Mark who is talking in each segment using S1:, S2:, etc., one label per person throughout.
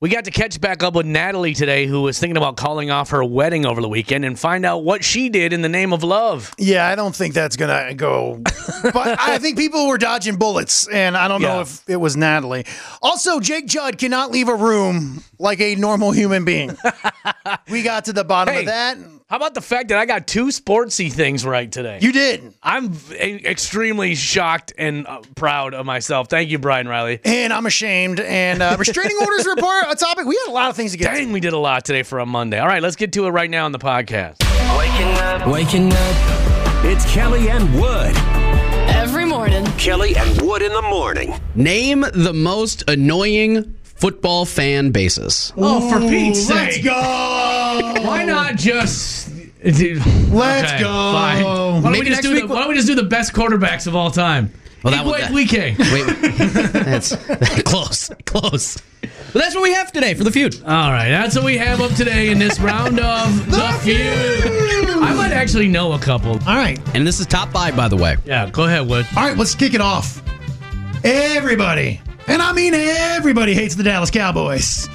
S1: We got to catch back up with Natalie today, who was thinking about calling off her wedding over the weekend and find out what she did in the name of love.
S2: Yeah, I don't think that's gonna go. but I think people were dodging bullets, and I don't know
S1: Yeah.
S2: if it was Natalie. Also, Jake Judd cannot leave a room like a normal human being. we got to the bottom
S1: Hey.
S2: of that.
S1: How about the fact that I got two sportsy things right today?
S2: You did,
S1: I'm v- extremely shocked and uh, proud of myself. Thank you, Brian Riley.
S2: and I'm ashamed. And uh, restraining orders were part a topic. We had a lot of things to get. to.
S1: Dang, we did a lot today for a Monday. All right, let's get to it right now on the podcast.
S3: Waking up.
S4: Waking up.
S3: It's Kelly and Wood.
S5: Every morning.
S3: Kelly and Wood in the morning.
S6: Name the most annoying football fan bases.
S1: Oh, for Pete's
S2: Let's
S1: sake.
S2: go.
S1: Why not just.
S2: Let's
S1: Okay,
S2: go.
S1: fine. Why don't,
S6: Maybe
S1: we just
S6: next
S1: do
S6: week
S1: the, why don't we just do the best quarterbacks of all time?
S6: Well, that would-
S1: Igwe Enrique.
S6: Wait, that's close, close. But that's what we have today for the feud.
S1: All right, that's what we have up today in this round of the feud. I might actually know a couple.
S2: All right.
S6: And this is top five, by the way.
S1: Yeah, go ahead, Wood.
S2: All right, let's kick it off. Everybody, and I mean everybody, hates the Dallas Cowboys.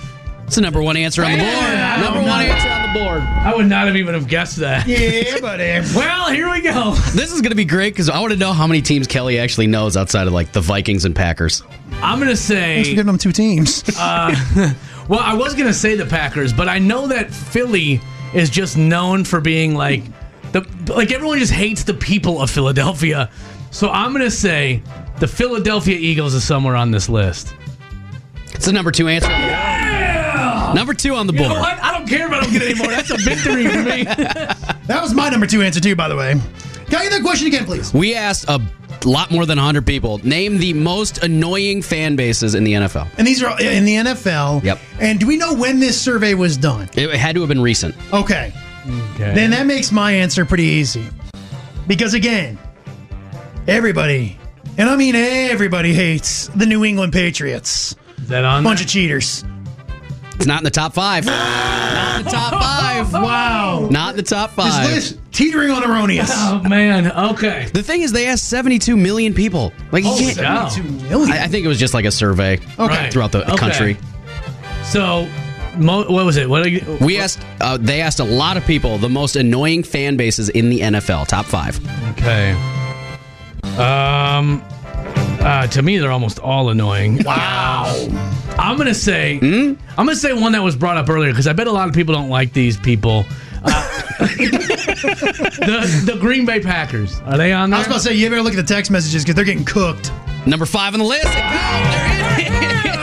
S6: It's the number one answer on the board.
S1: Yeah,
S6: number
S1: no.
S6: one answer on the board.
S1: I would not have even have guessed that.
S2: Yeah, buddy.
S1: Well, here we go.
S6: This is going to be great because I want to know how many teams Kelly actually knows outside of like the Vikings and Packers.
S1: I'm gonna say. uh,
S2: giving them two teams.
S1: Well, I was gonna say the Packers, but I know that Philly is just known for being like the like everyone just hates the people of Philadelphia. So I'm gonna say the Philadelphia Eagles is somewhere on this list.
S6: It's the number two answer. Number two on the
S1: You
S6: board.
S1: know what? I don't care if I don't get any more. That's a victory for me.
S2: that was my number two answer too, by the way. Can I get that question again, please?
S6: We asked a lot more than 100 people name the most annoying fan bases in the NFL.
S2: And these are in the NFL.
S6: Yep.
S2: And do we know when this survey was done?
S6: It had to have been recent.
S2: Okay. Then that makes my answer pretty easy. Because again, everybody, and I mean everybody hates the New England Patriots.
S1: Is that on?
S2: Bunch of cheaters.
S6: It's not in the top five. not in the top five.
S2: Wow.
S6: Not in the top five.
S2: This list teetering on erroneous.
S1: Oh man. Okay.
S6: The thing is, they asked 72 million people. Like, you
S1: Oh,
S6: can't.
S1: yeah.
S2: Two million.
S6: I, I think it was just like a survey
S1: Right.
S6: throughout the
S1: Okay.
S6: country.
S1: So, mo- what was it? What? Are you,
S6: We asked, uh, they asked a lot of people the most annoying fan bases in the NFL, top five.
S1: Okay. Um. Uh, to me, they're almost all annoying. Wow. I'm gonna say. I'm gonna say one that was brought up earlier because I bet a lot of people don't like these people. Uh, the the Green Bay Packers are they on
S2: I
S1: there?
S2: was about to say, you better look at the text messages because they're getting cooked.
S6: Number five on the list.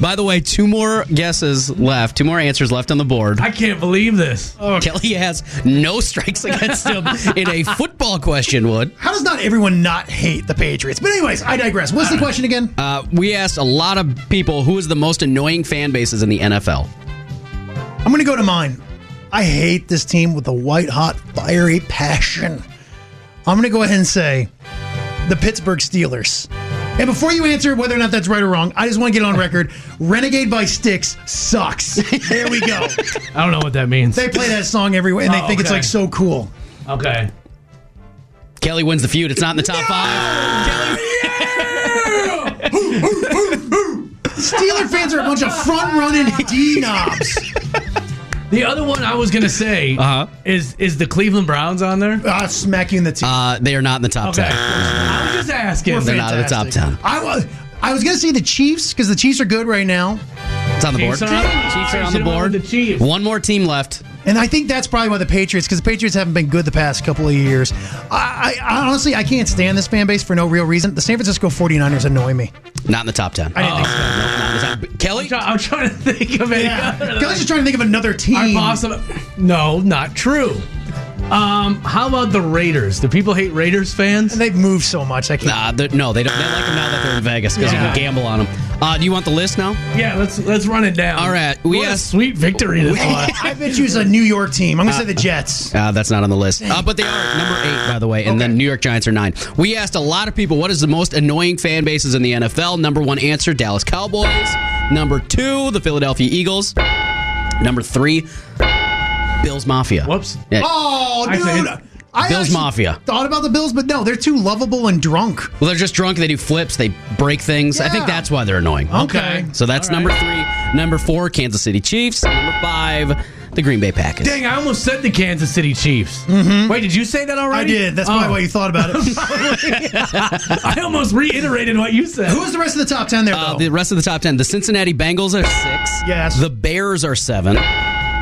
S6: By the way, two more guesses left, two more answers left on the board.
S1: I can't believe this.
S6: Kelly has no strikes against him in a football question, Wood.
S2: How does not everyone not hate the Patriots? But anyways, I digress. What's the question again?
S6: Uh, we asked a lot of people who is the most annoying fan bases in the NFL.
S2: I'm gonna go to mine. I hate this team with a white hot, fiery passion. I'm gonna go ahead and say the Pittsburgh Steelers. And before you answer whether or not that's right or wrong, I just want to get on record. Renegade by Sticks sucks. There we go.
S1: I don't know what that means.
S2: they play that song everywhere and they
S1: Oh,
S2: think it's
S1: okay.
S2: like so cool.
S1: Okay.
S6: Kelly wins the feud. It's not in the top five.
S2: Steeler fans are a bunch of front running D knobs.
S1: The other one I was gonna say
S6: Uh-huh.
S1: is is the Cleveland Browns on there?
S2: I'll smack you in Ah, the teeth.
S6: Uh, they are not in the top
S1: Okay.
S6: ten.
S1: I was just asking.
S6: They're not in the top ten.
S2: I was I was gonna say the Chiefs because the Chiefs are good right now,
S6: It's on the board.
S1: Chiefs are on-
S6: Chiefs are on the
S1: Should've went with
S6: board.
S1: the Chiefs.
S6: One more team left.
S2: and I think that's probably why the Patriots because the Patriots haven't been good the past couple of years. I, I, I honestly I can't stand this fan base for no real reason. The San Francisco 49ers annoy me.
S6: Not in the top ten. Oh.
S2: I didn't think so.
S6: Not in the top- but Kelly,
S1: Try- I'm trying to think of any
S2: Yeah,
S1: other.
S2: Guys, just trying to think of another
S1: Are
S2: team.
S1: possible? No, not true. Um, how about the Raiders? Do people hate Raiders fans?
S2: They've moved so much. I can't.
S6: nah, they're- no, they don't. They like them now that they're in Vegas because you
S1: Yeah.
S6: can gamble on them. Uh, do you want the list now?
S1: Yeah, let's let's run it down.
S6: All right, we
S1: What a
S6: asked-
S1: sweet victory this one.
S2: I bet you it's a New York team. I'm gonna say the Jets.
S6: Uh, that's not on the list. Uh, but they are number eight, by the way, and then New York Giants are nine. We asked a lot of people what is the most annoying fan bases in the NFL. Number one answer: Dallas Cowboys. Number two: the Philadelphia Eagles. Number three: Bills Mafia.
S1: Whoops.
S6: Yeah.
S2: Oh,
S1: I
S2: dude.
S1: said-
S2: I
S6: Bills
S2: actually
S6: Mafia.
S2: Thought about the Bills, but no, they're too lovable and drunk.
S6: Well, they're just drunk. They do flips. They break things. I think
S2: Yeah.
S6: that's why they're annoying.
S1: Okay.
S6: So that's
S1: Oh. All right.
S6: number three. Number four, Kansas City Chiefs. Number five, the Green Bay Packers.
S1: Dang, I almost said the Kansas City Chiefs. Mm-hmm. Wait, did you say that
S2: I
S1: already?
S2: did. That's
S1: Oh.
S2: probably why you thought about it.
S1: I almost reiterated what you said.
S2: Who's the rest of the top ten there?
S6: Uh,
S2: though?
S6: the rest of the top ten: the Cincinnati Bengals are six.
S2: Yes.
S6: The Bears are seven.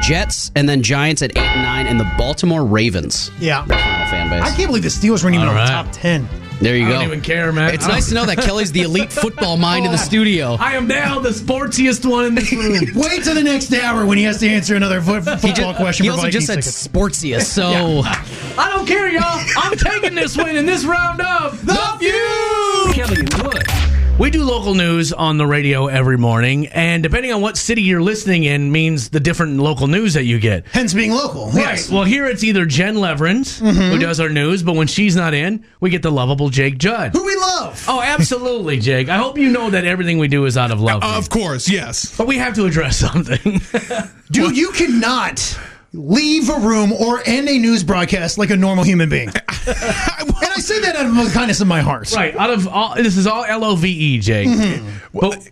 S6: Jets and then Giants at eight and nine, and the Baltimore Ravens.
S2: yeah,
S6: Final fan base.
S2: I can't believe the Steelers weren't even
S1: All
S2: on the
S1: right.
S2: top ten.
S6: There you
S1: I
S6: go.
S1: don't even care, man.
S6: It's
S1: I don't-
S6: nice to know that Kelly's the elite football mind in the studio.
S1: I am now the sportiest one in this room.
S2: Wait till the next hour when he has to answer another foot football question.
S6: He
S2: for
S6: also
S2: Vikings
S6: just said
S2: tickets.
S6: sportsiest, so
S1: I don't care, y'all. I'm taking this win in this round of the feud.
S3: Kelly and Wood.
S1: We do local news on the radio every morning, and depending on what city you're listening in, means the different local news that you get.
S2: hence being local. Yes.
S1: Right. Well, here it's either Jen Leverins who does our news, but when she's not in, we get the lovable Jake Judd.
S2: Who we love.
S1: Oh, absolutely, Jake. I hope you know that everything we do is out of love.
S4: Of course, yes.
S1: but we have to address something.
S2: Dude, you cannot leave a room or end a news broadcast like a normal human being. and I say that out of the kindness of my heart.
S1: right. Out of all, this is all L O V E, Jake. But,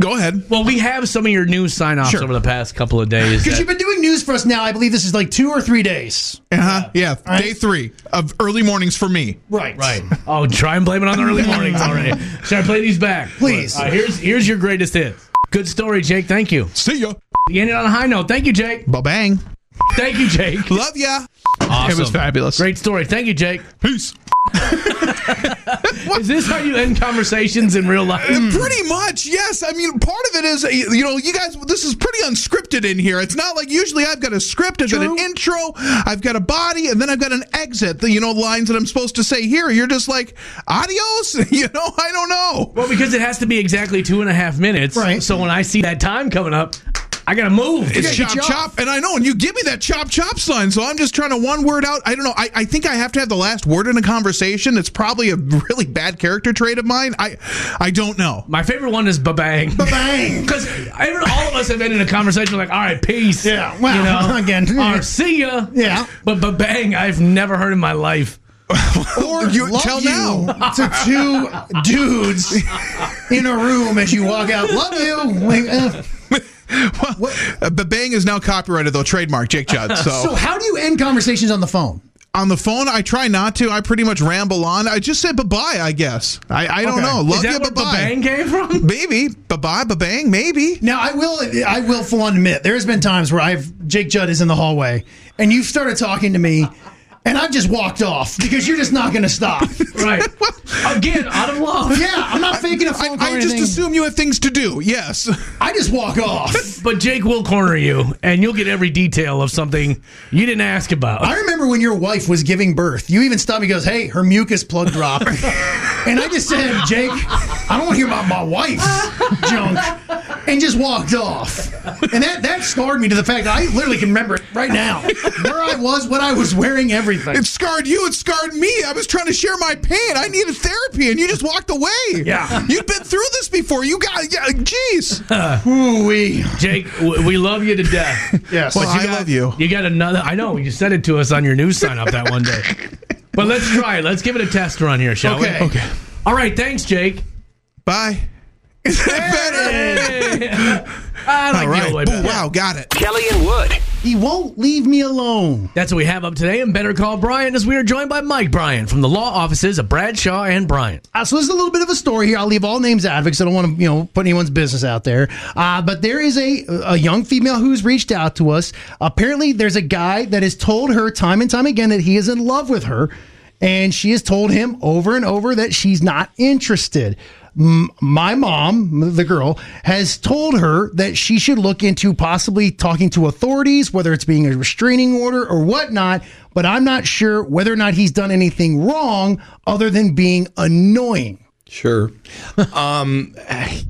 S4: Go ahead.
S1: well, we have some of your news sign offs
S2: Sure.
S1: over the past couple of days.
S2: Because
S1: that-
S2: you've been doing news for us now, I believe this is like two or three days.
S4: Uh huh. Yeah.
S2: right.
S4: Day three of early mornings for me.
S2: Right.
S1: Right. Oh, try and blame it on the early mornings already. Should I play these back?
S2: Please.
S1: All right, here's here's your greatest hit. Good story, Jake. Thank you.
S4: See ya.
S1: You ended on a high note. Thank you, Jake.
S4: Ba bang.
S1: Thank you, Jake.
S4: Love ya. It was
S1: Awesome.
S4: fabulous.
S1: Great story. Thank you, Jake.
S4: Peace.
S1: Is this how you end conversations in real life?
S4: Pretty much, yes. I mean, part of it is, uh, you know, you guys, this is pretty unscripted in here. It's not like usually I've got a script, I've got an intro, I've got a body, and then I've got an exit. The, you know, lines that I'm supposed to say here. You're just like, adios. You know, I don't know.
S1: Well, because it has to be exactly two and a half minutes.
S2: Right.
S1: So when I see that time coming up, I gotta move.
S4: It's chop chop, and I know, and you give me that chop chop sign, so I'm just trying to one word out. I don't know. I, I think I have to have the last word in a conversation. It's probably a really bad character trait of mine. I I don't know.
S1: My favorite one is babang.
S2: Bang.
S1: Because all of us have ended a conversation like, all right, peace.
S2: Yeah, well, again.
S1: Or see ya.
S2: Yeah.
S1: But babang, I've never heard in my life.
S2: Or
S4: You-
S2: love
S4: tell
S2: you
S4: now.
S2: to two dudes in a room as you walk out. Love you. Like, eh.
S4: Well, uh, Babang is now copyrighted though, trademark Jake Judd.
S2: So,
S4: So
S2: how do you end conversations on the phone?
S4: on the phone, I try not to. I pretty much ramble on. I just said bye bye. I guess. I, I don't
S2: Okay.
S4: know.
S1: Is
S4: Oh, Love
S1: that
S4: you. Bye
S1: where
S4: bye.
S1: babang came from?
S4: Maybe bye bye. Babang. Maybe.
S2: Now I will I will full on admit there has been times where I've Jake Judd is in the hallway and you've started talking to me and I've just walked off because you're just not gonna stop.
S1: Right. Again, out of love.
S2: yeah, I'm not faking a phone call.
S4: I just
S2: assume
S4: assume you have things to do. Yes.
S2: I just walk off.
S1: But Jake will corner you, and you'll get every detail of something you didn't ask about.
S2: I remember when your wife was giving birth, you even stopped me and goes, Hey, her mucus plug dropped. and I just said, Jake, I don't want to hear about my wife's junk. And just walked off. And that, that scarred me to the fact that I literally can remember it right now. Where I was, what I was wearing, everything.
S4: It scarred you. It scarred me. I was trying to share my pain. I needed therapy, and you just walked away.
S1: Yeah.
S4: you've been through this before. You got, yeah, jeez.
S2: Ooh wee.
S1: Jake, w- we love you to death.
S2: Yes.
S4: Well, I
S1: got-
S4: love you.
S1: You got another. I know you said it to us on your news sign up that one day. But let's try it. Let's give it a test run here, shall
S2: Okay.
S1: we? All right. Thanks, Jake.
S4: Bye. Is that better?
S1: I like
S4: All
S1: the old way
S4: right. Ooh,
S1: back.
S4: wow, got it.
S3: Kelly and Wood.
S2: He won't leave me alone.
S1: That's what we have up today in Better Call Brian as we are joined by Mike Bryan from the law offices of Bradshaw and Bryant.
S2: Uh, so this is a little bit of a story here. I'll leave all names out because I don't want to, you know, put anyone's business out there. Uh, but there is a a young female who's reached out to us. Apparently, there's a guy that has told her time and time again that he is in love with her, and she has told him over and over that she's not interested. M- My mom, the girl, has told her that she should look into possibly talking to authorities, whether it's being a restraining order or whatnot. But I'm not sure whether or not he's done anything wrong other than being annoying.
S7: Sure. um,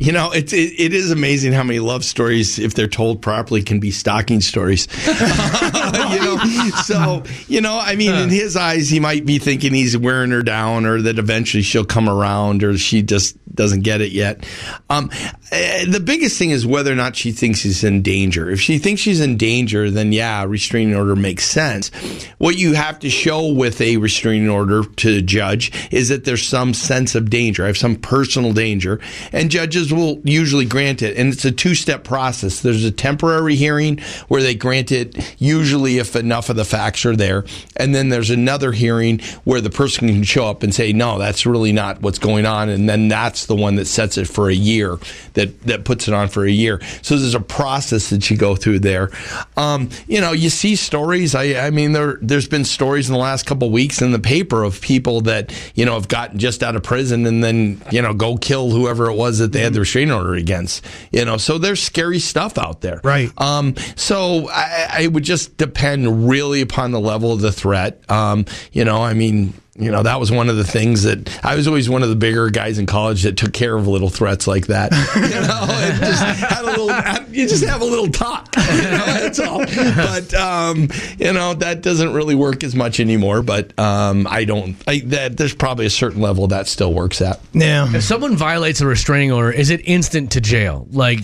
S7: you know, it's it, it is amazing how many love stories, if they're told properly, can be stocking stories. you know, so you know, I mean, in his eyes, he might be thinking he's wearing her down, or that eventually she'll come around, or she just doesn't get it yet. Um, eh, the biggest thing is whether or not she thinks he's in danger. If she thinks she's in danger, then yeah, restraining order makes sense. What you have to show with a restraining order to the judge is that there's some sense of danger. I have some personal danger, and judges will usually grant it. And it's a two-step process. There's a temporary hearing where they grant it usually if enough of the facts are there, and then there's another hearing where the person can show up and say, "No, that's really not what's going on," and then that's the one that sets it for a year that that puts it on for a year. So there's a process that you go through there. Um, you know, you see stories. I, I mean, there there's been stories in the last couple of weeks in the paper of people that you know have gotten just out of prison and then you know go kill whoever it was that they had the restraining order against. You know, so there's scary stuff out there.
S2: Right.
S7: Um, so I, I would just depend really upon the level of the threat. Um, you know, I mean, you know, that was one of the things that I was always one of the bigger guys in college that took care of little threats like that. You know, and just had a little, you just have a little talk. You know, that's all. But um, you know, that doesn't really work as much anymore. But um, I don't. I, that there's probably a certain level that still works at.
S2: Yeah.
S1: If someone violates a restraining order, is it instant to jail? Like,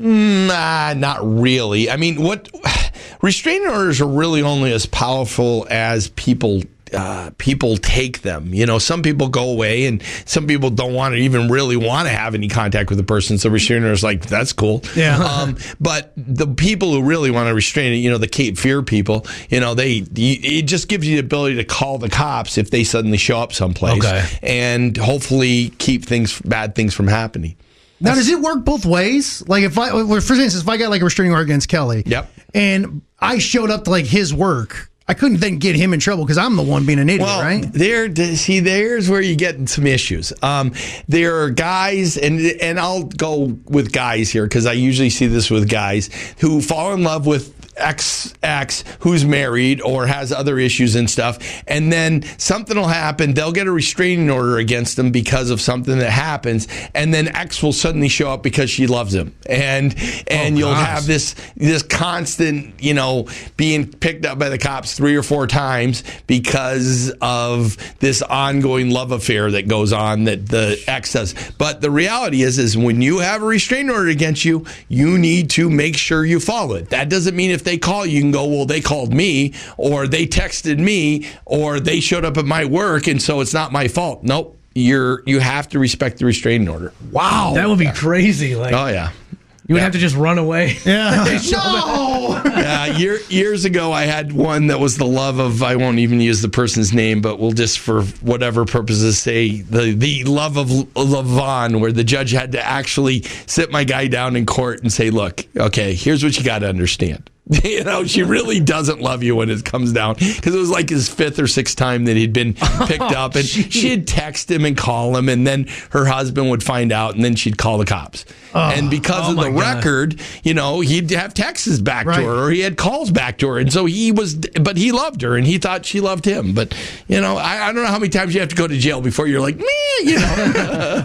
S7: Nah, not really. I mean, what restraining orders are really only as powerful as people uh, people take them. You know, some people go away, and some people don't want to even really want to have any contact with the person. So restraining orders like that's cool.
S2: Yeah.
S7: Um, but the people who really want to restrain it, you know, the Cape Fear people, you know, they it just gives you the ability to call the cops if they suddenly show up someplace,
S1: Okay.
S7: and hopefully keep things bad things from happening.
S2: Now, does it work both ways? Like, if I, well, for instance, if I got like a restraining order against Kelly,
S7: Yep.
S2: and I showed up to like his work, I couldn't then get him in trouble because I'm the one being an idiot,
S7: Well,
S2: right?
S7: there, see, there's where you get some issues. Um, there are guys, and and I'll go with guys here because I usually see this with guys who fall in love with ex ex who's married or has other issues and stuff, and then something will happen. They'll get a restraining order against them because of something that happens, and then ex will suddenly show up because she loves him, and and you'll
S1: gosh.
S7: have this this this constant, you know, being picked up by the cops three or four times because of this ongoing love affair that goes on that the ex does. But the reality is, is when you have a restraining order against you, you need to make sure you follow it. That doesn't mean if they call, you can go, well, they called me, or they texted me, or they showed up at my work, and so it's not my fault. Nope. You're you have to respect the restraining order.
S1: wow, that would be crazy. Like,
S7: Oh yeah.
S1: you would
S7: yeah.
S1: have to just run away.
S2: Yeah.
S7: No. uh, year, years ago, I had one that was the love of. I won't even use the person's name, but we'll just for whatever purposes say the the love of Levon, where the judge had to actually sit my guy down in court and say, "Look, okay, here's what you got to understand." You know, she really doesn't love you when it comes down because it was like his fifth or sixth time that he'd been
S1: Oh,
S7: picked up, and she'd text him and call him, and then her husband would find out, and then she'd call the cops. and because
S1: oh
S7: of
S1: my
S7: the
S1: God.
S7: record, you know, he'd have texts back
S2: Right.
S7: to her, or he had calls back to her, and so he was. But he loved her, and he thought she loved him. But you know, I, I don't know how many times you have to go to jail before you're like, meh, you know.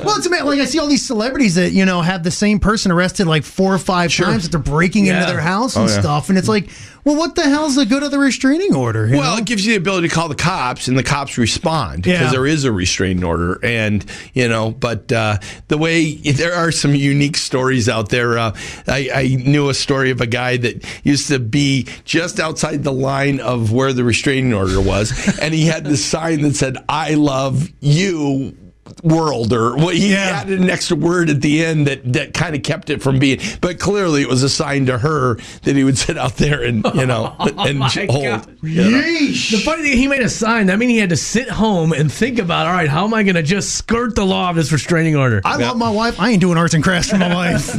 S2: Well, it's amazing. Like I see all these celebrities that you know have the same person arrested like four or five times after breaking
S1: Oh, Yeah.
S2: into their house and stuff, and it's like, well, what the hell's the good of the restraining order? you
S7: well,
S2: know?
S7: it gives you the ability to call the cops, and the cops respond because
S2: Yeah.
S7: there is a restraining order, and you know. But uh, the way there are some unique stories out there. Uh, I, I knew a story of a guy that used to be just outside the line of where the restraining order was, and he had this sign that said, "I love you." World or what he
S2: Yeah.
S7: added an extra word at the end that that kind of kept it from being, but clearly it was a sign to her that he would sit out there and you know
S2: Oh
S7: and
S1: my
S7: hold.
S1: God.
S7: you know?
S1: The funny thing, he made a sign. That mean he had to sit home and think about, all right, how am I going to just skirt the law of this restraining order?
S7: Ah.
S2: I love my wife. I ain't doing arts and crafts for my wife.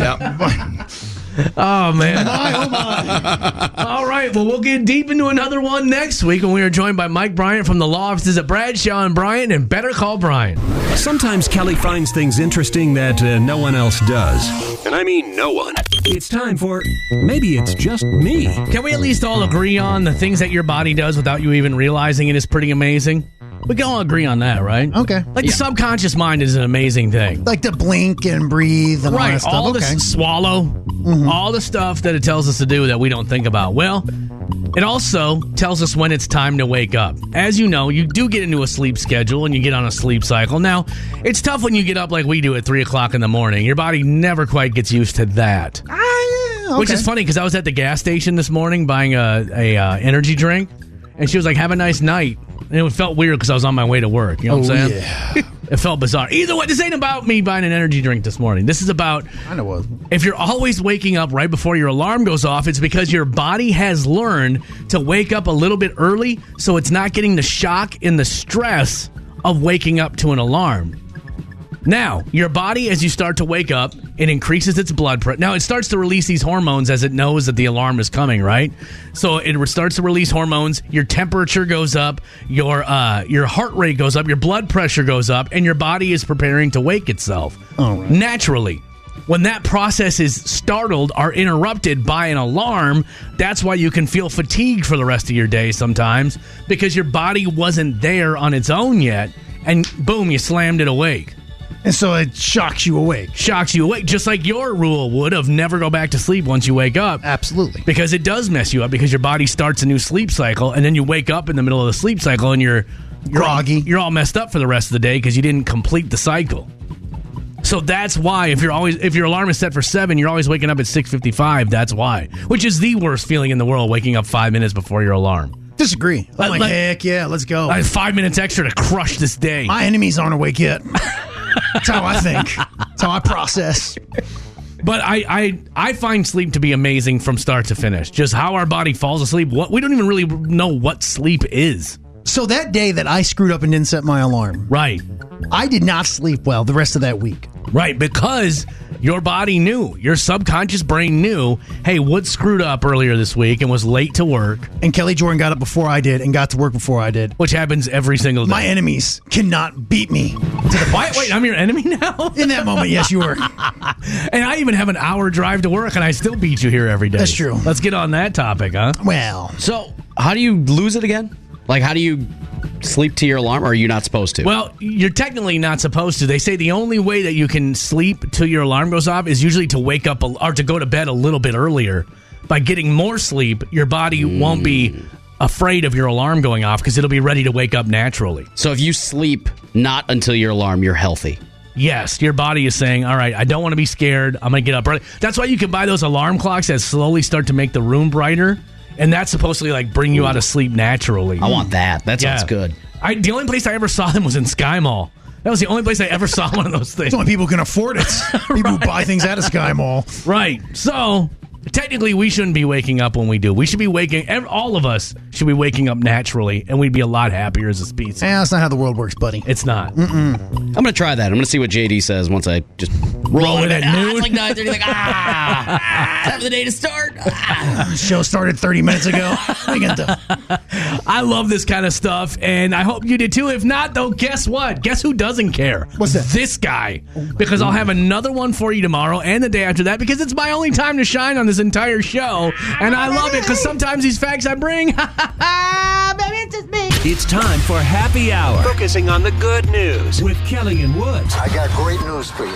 S1: Oh man! All right, well, we'll get deep into another one next week when we are joined by Mike Bryant from the law offices at Bradshaw and Bryant and Better Call Bryant.
S8: Sometimes Kelly finds things interesting that uh, no one else does.
S3: And I mean no one.
S8: It's time for Maybe It's Just Me.
S1: Can we at least all agree on the things that your body does without you even realizing it is pretty amazing? We can all agree on that, right?
S2: Okay.
S1: Like the subconscious mind is an amazing thing.
S2: Like to blink and breathe and all that
S1: Right,
S2: stuff.
S1: all
S2: okay.
S1: this swallow, all the stuff that it tells us to do that we don't think about. Well, It also tells us when it's time to wake up. As you know, you do get into a sleep schedule and you get on a sleep cycle. Now, it's tough when you get up like we do at 3 o'clock in the morning. Your body never quite gets used to that. Which is funny because I was at the gas station this morning buying a, a uh, energy drink, and she was like, "Have a nice night." And it felt weird because I was on my way to work. You know what I'm saying? it felt bizarre. Either way, this ain't about me buying an energy drink this morning. This is about
S2: I know what.
S1: if you're always waking up right before your alarm goes off, it's because your body has learned to wake up a little bit early so it's not getting the shock and the stress of waking up to an alarm. Now, your body, as you start to wake up, it increases its blood pressure. Now, it starts to release these hormones as it knows that the alarm is coming, right? So it re- starts to release hormones. Your temperature goes up, your uh, your heart rate goes up, your blood pressure goes up, and your body is preparing to wake itself naturally. When that process is startled or interrupted by an alarm, that's why you can feel fatigued for the rest of your day sometimes because your body wasn't there on its own yet, and boom, you slammed it awake
S2: And so it shocks you awake.
S1: shocks you awake, just like your rule would of never go back to sleep once you wake up.
S2: Absolutely.
S1: Because it does mess you up because your body starts a new sleep cycle and then you wake up in the middle of the sleep cycle and you're you're all-
S2: Groggy.
S1: You're all messed up for the rest of the day because you didn't complete the cycle. So that's why if you're always if your alarm is set for seven, you're always waking up at six fifty five. That's why, which is the worst feeling in the world, waking up five minutes before your alarm.
S2: Disagree. I'm
S1: Like-
S2: like,
S1: like-
S2: heck yeah, let's go.
S1: I have five minutes extra to crush this day.
S2: My enemies aren't awake yet. That's how I think. That's how I process.
S1: But I, I I find sleep to be amazing from start to finish. Just how our body falls asleep. What we don't even really know what sleep is.
S2: So that day that I screwed up and didn't set my alarm,
S1: Right.
S2: I did not sleep well the rest of that week.
S1: Right, because your body knew, your subconscious brain knew, hey, Wood screwed up earlier this week and was late to work,
S2: And Kelly Jordan got up before I did and got to work before I did.
S1: which happens every single day.
S2: My enemies cannot beat me to the punch.
S1: Wait, I'm your enemy now?
S2: in that moment, yes, you were.
S1: and I even have an hour drive to work and I still beat you here every day.
S2: That's true.
S1: Let's get on that topic, huh?
S2: Well,
S6: So, how do you lose it again? Like, how do you sleep to your alarm, or are you not supposed to?
S1: Well, you're technically not supposed to. They say the only way that you can sleep till your alarm goes off is usually to wake up a, or to go to bed a little bit earlier. By getting more sleep, your body won't be afraid of your alarm going off because it'll be ready to wake up naturally.
S6: so, if you sleep not until your alarm, you're healthy.
S1: Yes, your body is saying, "All right, I don't want to be scared. I'm going to get up early." That's why you can buy those alarm clocks that slowly start to make the room brighter, and that's supposedly like bring you out of sleep naturally.
S6: I want that. That sounds good.
S1: I, the only place I ever saw them was in Sky Mall. That was the only place I ever saw one of those things.
S2: it's only people who can afford it. People who buy things at a Sky Mall. Eh,
S1: Right. So technically, we shouldn't be waking up when we do. We should be waking. ev- All of us should be waking up naturally, and we'd be a lot happier as a species.
S2: Yeah, that's not how the world works, buddy.
S1: It's not.
S6: I'm gonna try that. I'm gonna see what JD says once I just roll,
S1: it at
S6: in. Ah,
S1: noon.
S6: it's like 9:30. Like ah, ah, time for the day to start. Ah.
S2: The show started 30 minutes ago. We got the-
S1: I love this kind of stuff, and I hope you did too. If not, though, guess what? Guess who doesn't care?
S2: What's that?
S1: This guy. Because I'll have another one for you tomorrow and the day after that because it's my only time to shine on this entire show, and I love it because sometimes these facts I bring.
S3: It's time for happy hour
S9: Focusing on the good news.
S3: with Kelly and Wood.
S10: I got great news for you.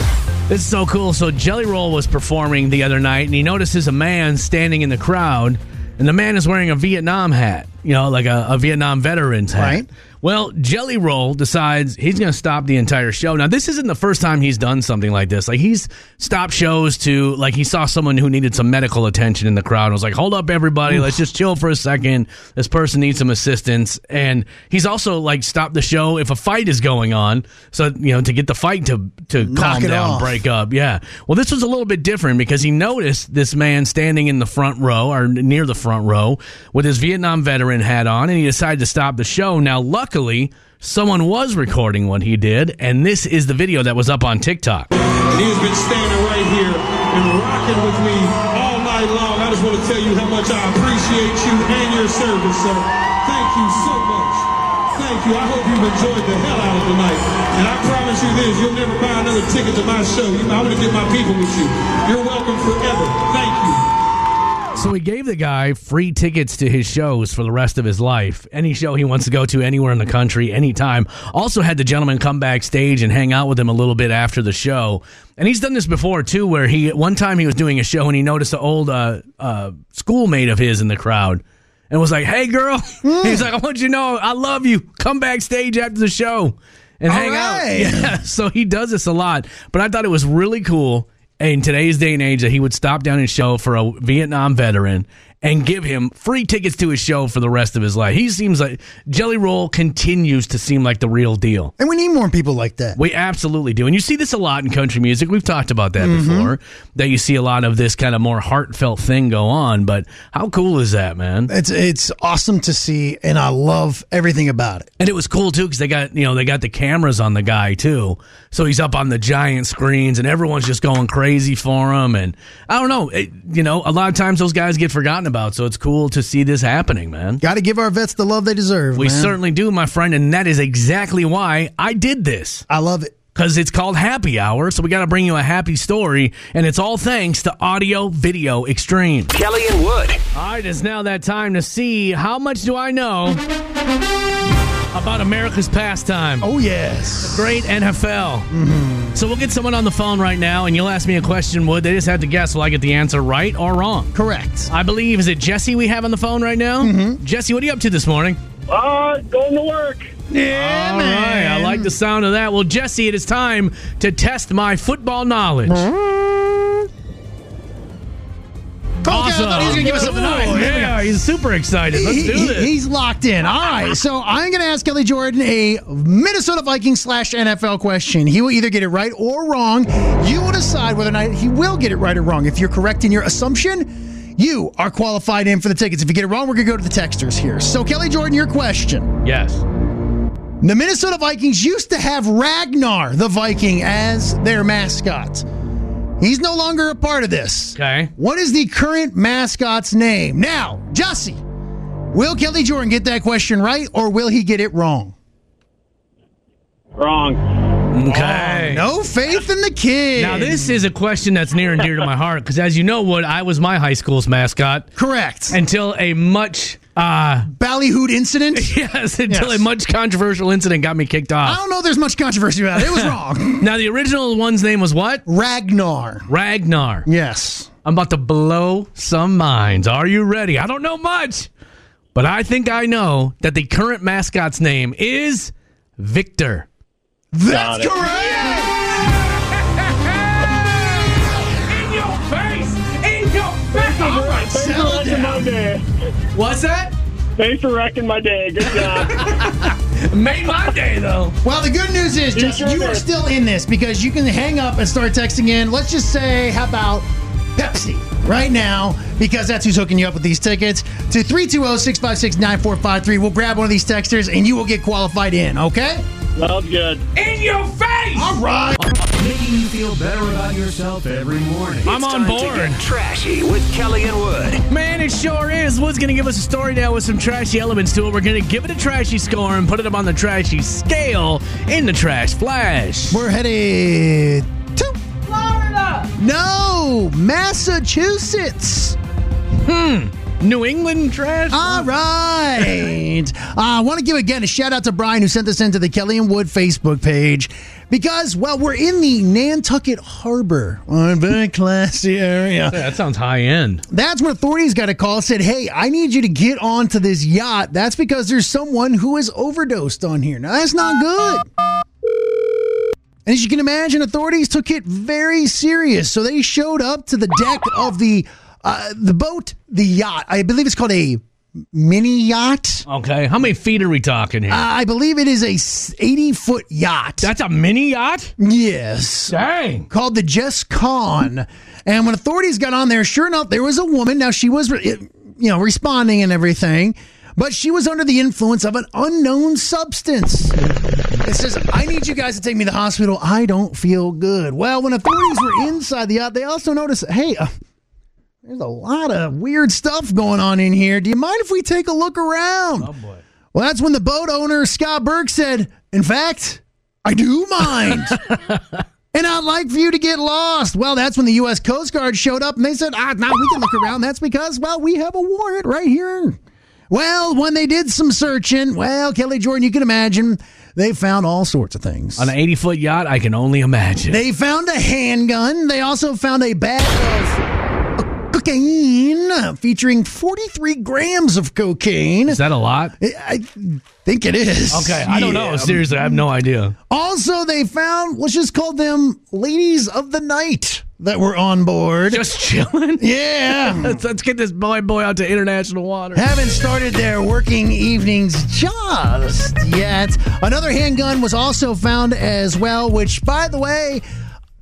S1: This is so cool. So Jelly Roll was performing the other night, and he notices a man standing in the crowd, and the man is wearing a Vietnam hat, you know, like a, a Vietnam veteran's hat.
S2: Right.
S1: Well, Jelly Roll decides he's going to stop the entire show. Now, this isn't the first time he's done something like this. Like he's stopped shows to like he saw someone who needed some medical attention in the crowd. and was like, "Hold up, everybody, let's just chill for a second. This person needs some assistance." And he's also like stopped the show if a fight is going on, so you know to get the fight to to calm
S2: it
S1: down,
S2: off.
S1: break break up. Yeah. Well, this was a little bit different because he noticed this man standing in the front row or near the front row with his Vietnam veteran hat on, and he decided to stop the show. Now, luckily, someone was recording what he did, and this is the video that was up on TikTok.
S11: And he has been standing right here and rocking with me all night long. I just want to tell you how much I appreciate you and your service, sir. Thank you so much. Thank you. I hope you've enjoyed the hell out of tonight. And I promise you this, you'll never buy another ticket to my show. You- I'm going to get my people with you. You're welcome forever. Thank you.
S1: So he gave the guy free tickets to his shows for the rest of his life. Any show he wants to go to anywhere in the country, anytime. Also had the gentleman come backstage and hang out with him a little bit after the show. And he's done this before too, where he one time he was doing a show and he noticed an old uh, uh, schoolmate of his in the crowd. and was like, "Hey, girl." He was like, "I want you to know I love you. Come backstage after the show and hang out."
S2: right.
S1: Yeah. So he does this a lot, but I thought it was really cool in today's day and age that he would stop down his show for a Vietnam veteran and give him free tickets to his show for the rest of his life. He seems like Jelly Roll continues to seem like the real deal.
S2: And we need more people like that.
S1: We absolutely do. And you see this a lot in country music. We've talked about that before, that you see a lot of this kind of more heartfelt thing go on. But how cool is that, man?
S2: It's it's awesome to see, and I love everything about it.
S1: And it was cool too because they got you know they got the cameras on the guy too, so he's up on the giant screens and everyone's just going crazy for him. And I don't know, it, you know, a lot of times those guys get forgotten about, so it's cool to see this happening, man.
S2: Got to give our vets the love they deserve.
S1: We
S2: man.
S1: certainly do, my friend, and that is exactly why I did this.
S2: I love it.
S1: because it's called Happy Hour. So we got to bring you a happy story, and it's all thanks to Audio Video Extreme.
S9: Kelly and Wood.
S1: All right, it's now that time to see how much do I know about America's pastime.
S2: Oh yes.
S1: Great NFL. So we'll get someone on the phone right now, and you'll ask me a question. Would they just have to guess? Will I get the answer right or wrong?
S2: Correct. Mm-hmm.
S1: I believe is it Jesse we have on the phone right now. Jesse, what are you up to this morning?
S11: Uh, going to work.
S2: Yeah,
S1: All right, I like the sound of that. Well, Jesse, it is time to test my football knowledge.
S2: Okay, I thought he was gonna give us something. All right,
S1: Ooh,
S2: here we go.
S1: Oh, yeah, he's super excited. Let's
S2: Oh, He-
S1: do
S2: he-
S1: this.
S2: He's locked in. All right. So I'm going to ask Kelly Jordan a Minnesota Vikings slash NFL question. He will either get it right or wrong. You will decide whether or not he will get it right or wrong. If you're correct in your assumption, you are qualified in for the tickets. If you get it wrong, we're going to go to the texters here. So, Kelly Jordan, your question.
S1: yes.
S2: The Minnesota Vikings used to have Ragnar the Viking as their mascot. He's no longer a part of this.
S1: Okay.
S2: What is the current mascot's name? Now, Jussie, will Kelly Jordan get that question right or will he get it wrong?
S11: Wrong.
S1: Okay.
S2: No faith in the kid.
S1: Now this is a question that's near and dear to my heart because, as you know, Wood, I was my high school's mascot
S2: correct. And
S1: until a much uh
S2: ballyhooed incident?
S1: yes until
S2: Yes. Um,
S1: a much controversial incident got me kicked
S2: I
S1: off.
S2: don't know if there's much controversy about it. It was wrong.
S1: Now the original one's name was what?
S2: Ragnar.
S1: Ragnar.
S2: Yes.
S1: I'm about to blow some minds. Are you ready? I don't know much, but I think I know that the current mascot's name is Victor.
S2: That's correct.
S1: In your face! In your face! All right.
S11: Thanks for wrecking my day.
S1: What's that?
S11: Thanks for wrecking my day. Good job.
S1: Made my day though.
S2: Well, the good news is, Justin,
S11: sure
S2: you are
S11: did.
S2: still in this because you can hang up and start texting in. Let's just say, how about Pepsi right now? Because that's who's hooking you up with these tickets. To oh, 320 656 9453. We'll grab one of these texters and you will get qualified in, okay?
S11: Sounds good.
S1: In your face!
S2: All right.
S3: Making you feel better about yourself every morning.
S1: I'm on
S9: Time to
S1: board.
S9: get trashy with Kelly and Wood.
S1: Man, it sure is. Wood's going to give us a story now with some trashy elements to it. We're going to give it a trashy score and put it up on the trashy scale in the trash flash.
S2: We're headed to Florida. No, Massachusetts.
S1: New England trash?
S2: All right. Uh, I want to give again a shout out to Brian who sent this into the Kelly and Wood Facebook page because, well, we're in the Nantucket Harbor, a very classy area.
S1: that sounds high end.
S2: That's when authorities got a call said, "Hey, I need you to get onto this yacht." That's because there's someone who is overdosed on here. Now that's not good. And as you can imagine, authorities took it very serious. So they showed up to the deck of the uh, the boat, the yacht. I believe it's called a mini yacht.
S1: Okay, how many feet are we talking here?
S2: I believe it is a 80 foot yacht.
S1: That's a mini yacht?
S2: yes
S1: Dang.
S2: called the Jess Con. And when authorities got on there, sure enough, there was a woman. Now she was, you know, responding and everything, but she was under the influence of an unknown substance. It says, I need you guys to take me to the hospital. I don't feel good. Well, when authorities were inside the yacht, they also noticed, hey, uh, there's a lot of weird stuff going on in here. Do you mind if we take a look around? Oh, boy. Well, that's when the boat owner, Scott Burke, said, In fact, I do mind. and I'd like for you to get lost. Well, that's when the U.S. Coast Guard showed up and they said, ah, now we can look around. That's because, well, we have a warrant right here. Well, when they did some searching, well, Kelly Jordan, you can imagine, they found all sorts of things.
S1: On an 80 foot yacht, I can only imagine.
S2: They found a handgun. They also found a bag of cocaine, featuring 43 grams of cocaine. Is
S1: that a lot?
S2: I I think it is.
S1: Okay, I don't know.
S2: Yeah. Oh.
S1: Seriously, I have no idea.
S2: Also, they found, let's just call them ladies of the night that were on board.
S1: Just chilling?
S2: Yeah.
S1: let's, let's get this boy boy out to international water.
S2: Haven't started their working evenings just yet. Another handgun was also found as well, which, by the way,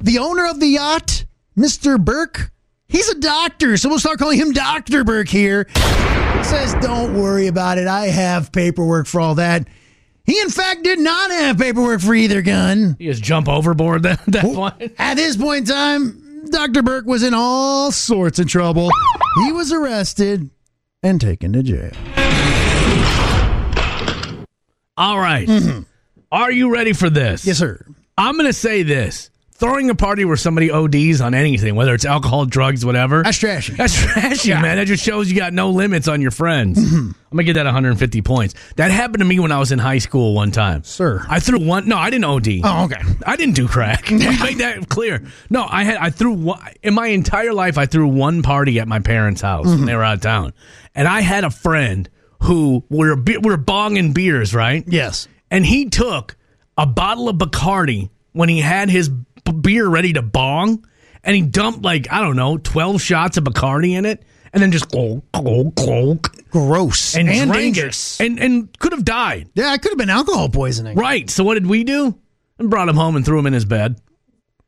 S2: the owner of the yacht, Mr. Burke, he's a doctor, so we'll start calling him Dr. Burke here. Says, don't worry about it. I have paperwork for all that. He, in fact, did not have paperwork for either gun.
S1: You just jump overboard that, that point.
S2: At this point in time, Dr. Burke was in all sorts of trouble. He was arrested and taken to jail.
S1: All right. Are you ready for this?
S2: Mm-hmm. Yes, sir.
S1: I'm going to say this. Throwing a party where somebody ODs on anything, whether it's alcohol, drugs, whatever.
S2: That's trashy.
S1: That's trashy, man. That just shows you got no limits on your friends.
S2: Mm-hmm.
S1: I'm gonna get that 150 points. That happened to me when I was in high school one time.
S2: Sir.
S1: I threw one. No, I didn't OD.
S2: Oh, okay.
S1: I didn't do crack. Make that clear. No, I had. I threw one, in my entire life. I threw one party at my parents' house when they were out of town, and I had a friend who we were be- we were bonging beers, right?
S2: Yes.
S1: and he took a bottle of Bacardi when he had his b- beer ready to bong, and he dumped like I don't know twelve shots of Bacardi in it, and then just glonk, glonk, glonk,
S2: Gross.
S1: and, drank it.
S2: dangerous.
S1: and and could have died.
S2: yeah, it could have been alcohol poisoning.
S1: Right. So what did we do? And brought him home and threw him in his bed,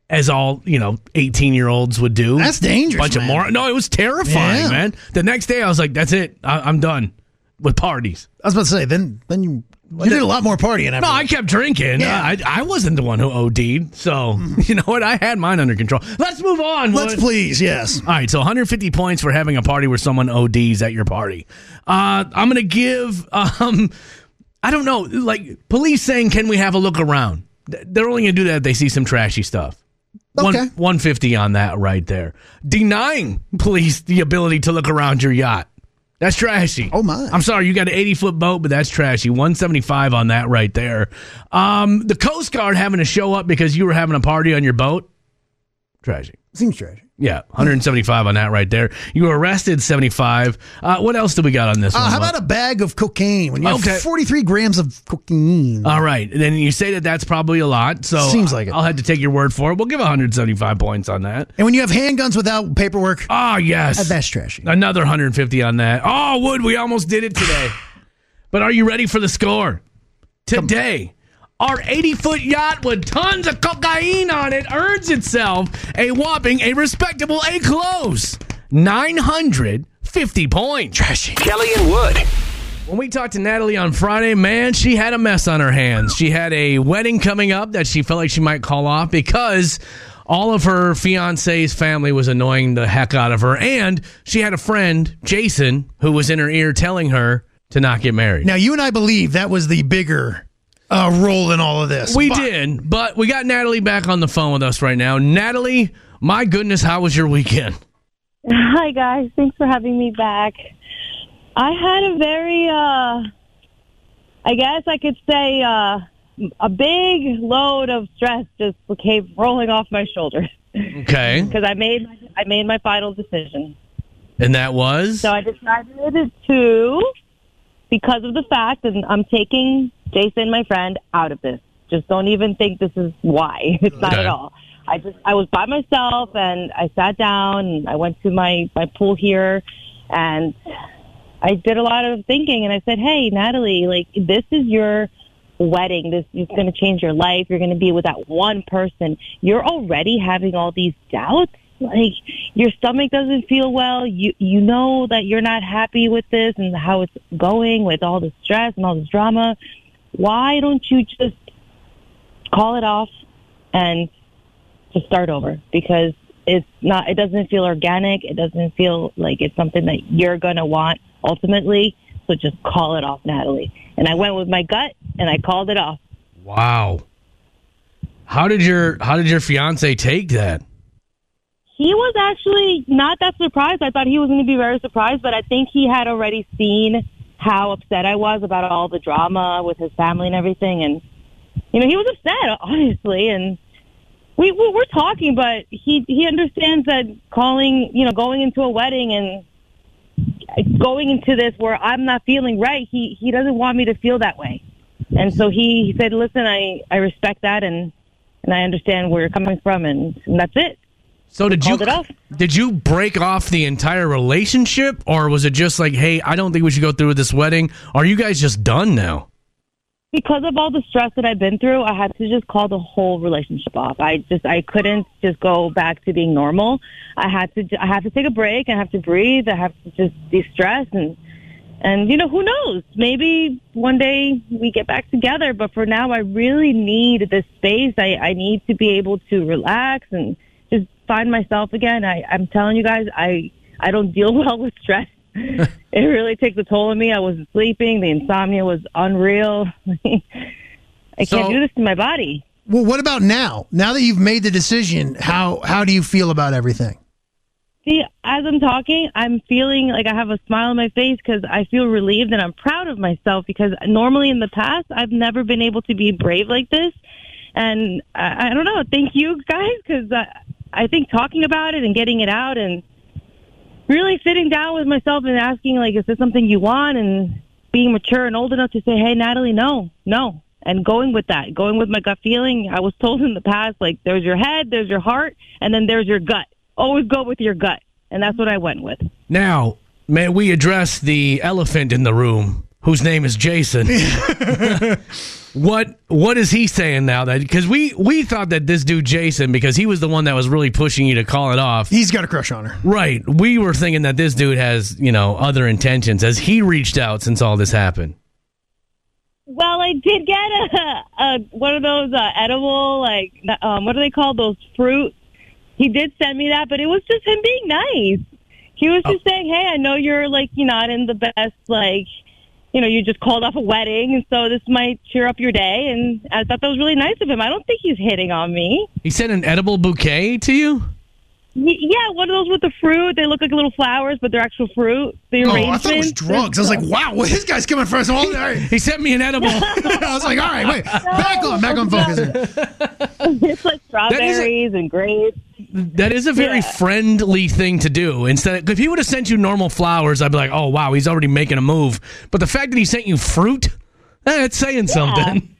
S1: as all you know, eighteen year olds would do.
S2: That's dangerous,
S1: Bunch
S2: man.
S1: of more. No, it was terrifying,
S2: Yeah.
S1: man. The next day, I was like, "That's it. I- I'm done with parties."
S2: I was about to say, then then you, you did a lot more partying after
S1: No,
S2: that.
S1: I kept drinking.
S2: Yeah. Mm-hmm.
S1: I, I wasn't the one who OD'd. So, you know what? I had mine under control. Let's move on.
S2: Let's
S1: Wood.
S2: please, yes.
S1: All right. So, 150 points for having a party where someone ODs at your party. Uh, I'm going to give, um, I don't know, like police saying, can we have a look around? Th- They're only going to do that if they see some trashy stuff. One,
S2: Okay.
S1: 150 on that right there. Denying police the ability to look around your yacht. That's trashy.
S2: Oh, my.
S1: I'm sorry, you got an 80 foot boat, but that's trashy. 175 on that right there. Um, the Coast Guard having to show up because you were having a party on your boat. Trashy.
S2: Seems tragic.
S1: Yeah, 175 on that right there. You were arrested 75. Uh, what else do we got on this
S2: Uh,
S1: one?
S2: how
S1: Mike?
S2: about a bag of cocaine when you have
S1: Okay. Uh,
S2: 43 grams of cocaine?
S1: All right, then you say that that's probably a lot. So
S2: Seems like it.
S1: I'll have to take your word for it. We'll give 175 points on that.
S2: and when you have handguns without paperwork,
S1: Ah, yes.
S2: that's trashy.
S1: Another 150 on that. Oh, Wood, we almost did it today. but are you ready for the score? Today, our 80 foot yacht with tons of cocaine on it earns itself a whopping, a respectable, a close 950 points. Trashy.
S9: Kelly and Wood.
S1: When we talked to Natalie on Friday, man, she had a mess on her hands. She had a wedding coming up that she felt like she might call off because all of her fiance's family was annoying the heck out of her. And she had a friend, Jason, who was in her ear telling her to not get married.
S2: Now, you and I believe that was the bigger uh, role in all of this.
S1: we
S2: But-
S1: did, but we got Natalie back on the phone with us right now. Natalie, my goodness, how was your weekend?
S10: Hi guys, thanks for having me back. I had a very uh I guess I could say uh a big load of stress just came rolling off my shoulders
S1: Okay.
S10: because I made I made my final decision.
S1: And that was?
S10: So I decided to because of the fact and I'm taking Jason my friend out of this. Just don't even think this is why. It's not
S1: Okay.
S10: at all. I just I was by myself and I sat down and I went to my my pool here and I did a lot of thinking and I said, "Hey, Natalie, like this is your wedding. This is going to change your life. You're going to be with that one person. You're already having all these doubts. Like your stomach doesn't feel well. You you know that you're not happy with this and how it's going with all the stress and all this drama. Why don't you just call it off and to start over because it's not it doesn't feel organic it doesn't feel like it's something that you're going to want ultimately so just call it off natalie and i went with my gut and i called it off
S1: wow. How did your how did your fiance take that?
S10: he was actually not that surprised i thought he was going to be very surprised but i think he had already seen how upset i was about all the drama with his family and everything and you know he was upset honestly and we, we we're talking, but he he understands that calling, you know, going into a wedding and going into this where I'm not feeling right. He he doesn't want me to feel that way, and so he, he said, "Listen, I I respect that and and I understand where you're coming from, and, and that's it."
S1: So did you
S10: Called it off.
S1: did you break off the entire relationship, or was it just like, hey, I don't think we should go through with this wedding? Are you guys just done now?
S10: because of all the stress that I've been through, I had to just call the whole relationship off. I just I couldn't just go back to being normal. I had to I have to take a break. I have to breathe. I have to just de-stress and and you know who knows? Maybe one day we get back together. But for now, I really need this space. I I need to be able to relax and just find myself again. I I'm telling you guys, I I don't deal well with stress. it really takes a toll on me. I wasn't sleeping. The insomnia was unreal. I
S2: So-
S10: can't do this to my body.
S2: Well, what about now? Now that you've made the decision, how how do you feel about everything?
S10: See, as I'm talking, I'm feeling like I have a smile on my face because I feel relieved and I'm proud of myself because normally in the past, I've never been able to be brave like this. And I, I don't know. Thank you guys because I, I think talking about it and getting it out and really sitting down with myself and asking, like, is this something you want? And being mature and old enough to say, hey, Natalie, no, no. And going with that, going with my gut feeling. I was told in the past, like, there's your head, there's your heart, and then there's your gut. Always go with your gut. And that's what I went with.
S1: Now, may we address the elephant in the room, whose name is Jason? what What is he saying now? That because we we thought that this dude Jason, because he was the one that was really pushing you to call it off.
S2: He's got a crush on her.
S1: Right. We were thinking that this dude has, you know, other intentions as he reached out since all this happened.
S10: Well, I did get a, a one of those uh, edible, like um, what do they call those fruit? He did send me that, but it was just him being nice. He was just
S2: Oh.
S10: saying, "Hey, I know you're like you're not in the best, like you know, you just called off a wedding, and so this might cheer up your day." And I thought that was really nice of him. I don't think he's hitting on me.
S1: He sent an edible bouquet to you?
S10: Y- Yeah, one of those with the fruit. They look like little flowers, but they're actual fruit. The
S2: Oh, I thought it was
S10: arrangements.
S2: drugs. I was like, wow, well, this guy's coming for us all day.
S1: He sent me an edible.
S2: I was like, all right, wait, back on, back on focus. here.
S10: it's like strawberries and grapes.
S1: That is a very friendly thing to do. Instead, if he would have sent you normal flowers, I'd be like, "Oh wow, he's already making a move." But the fact that he sent you fruit, eh, it's saying something.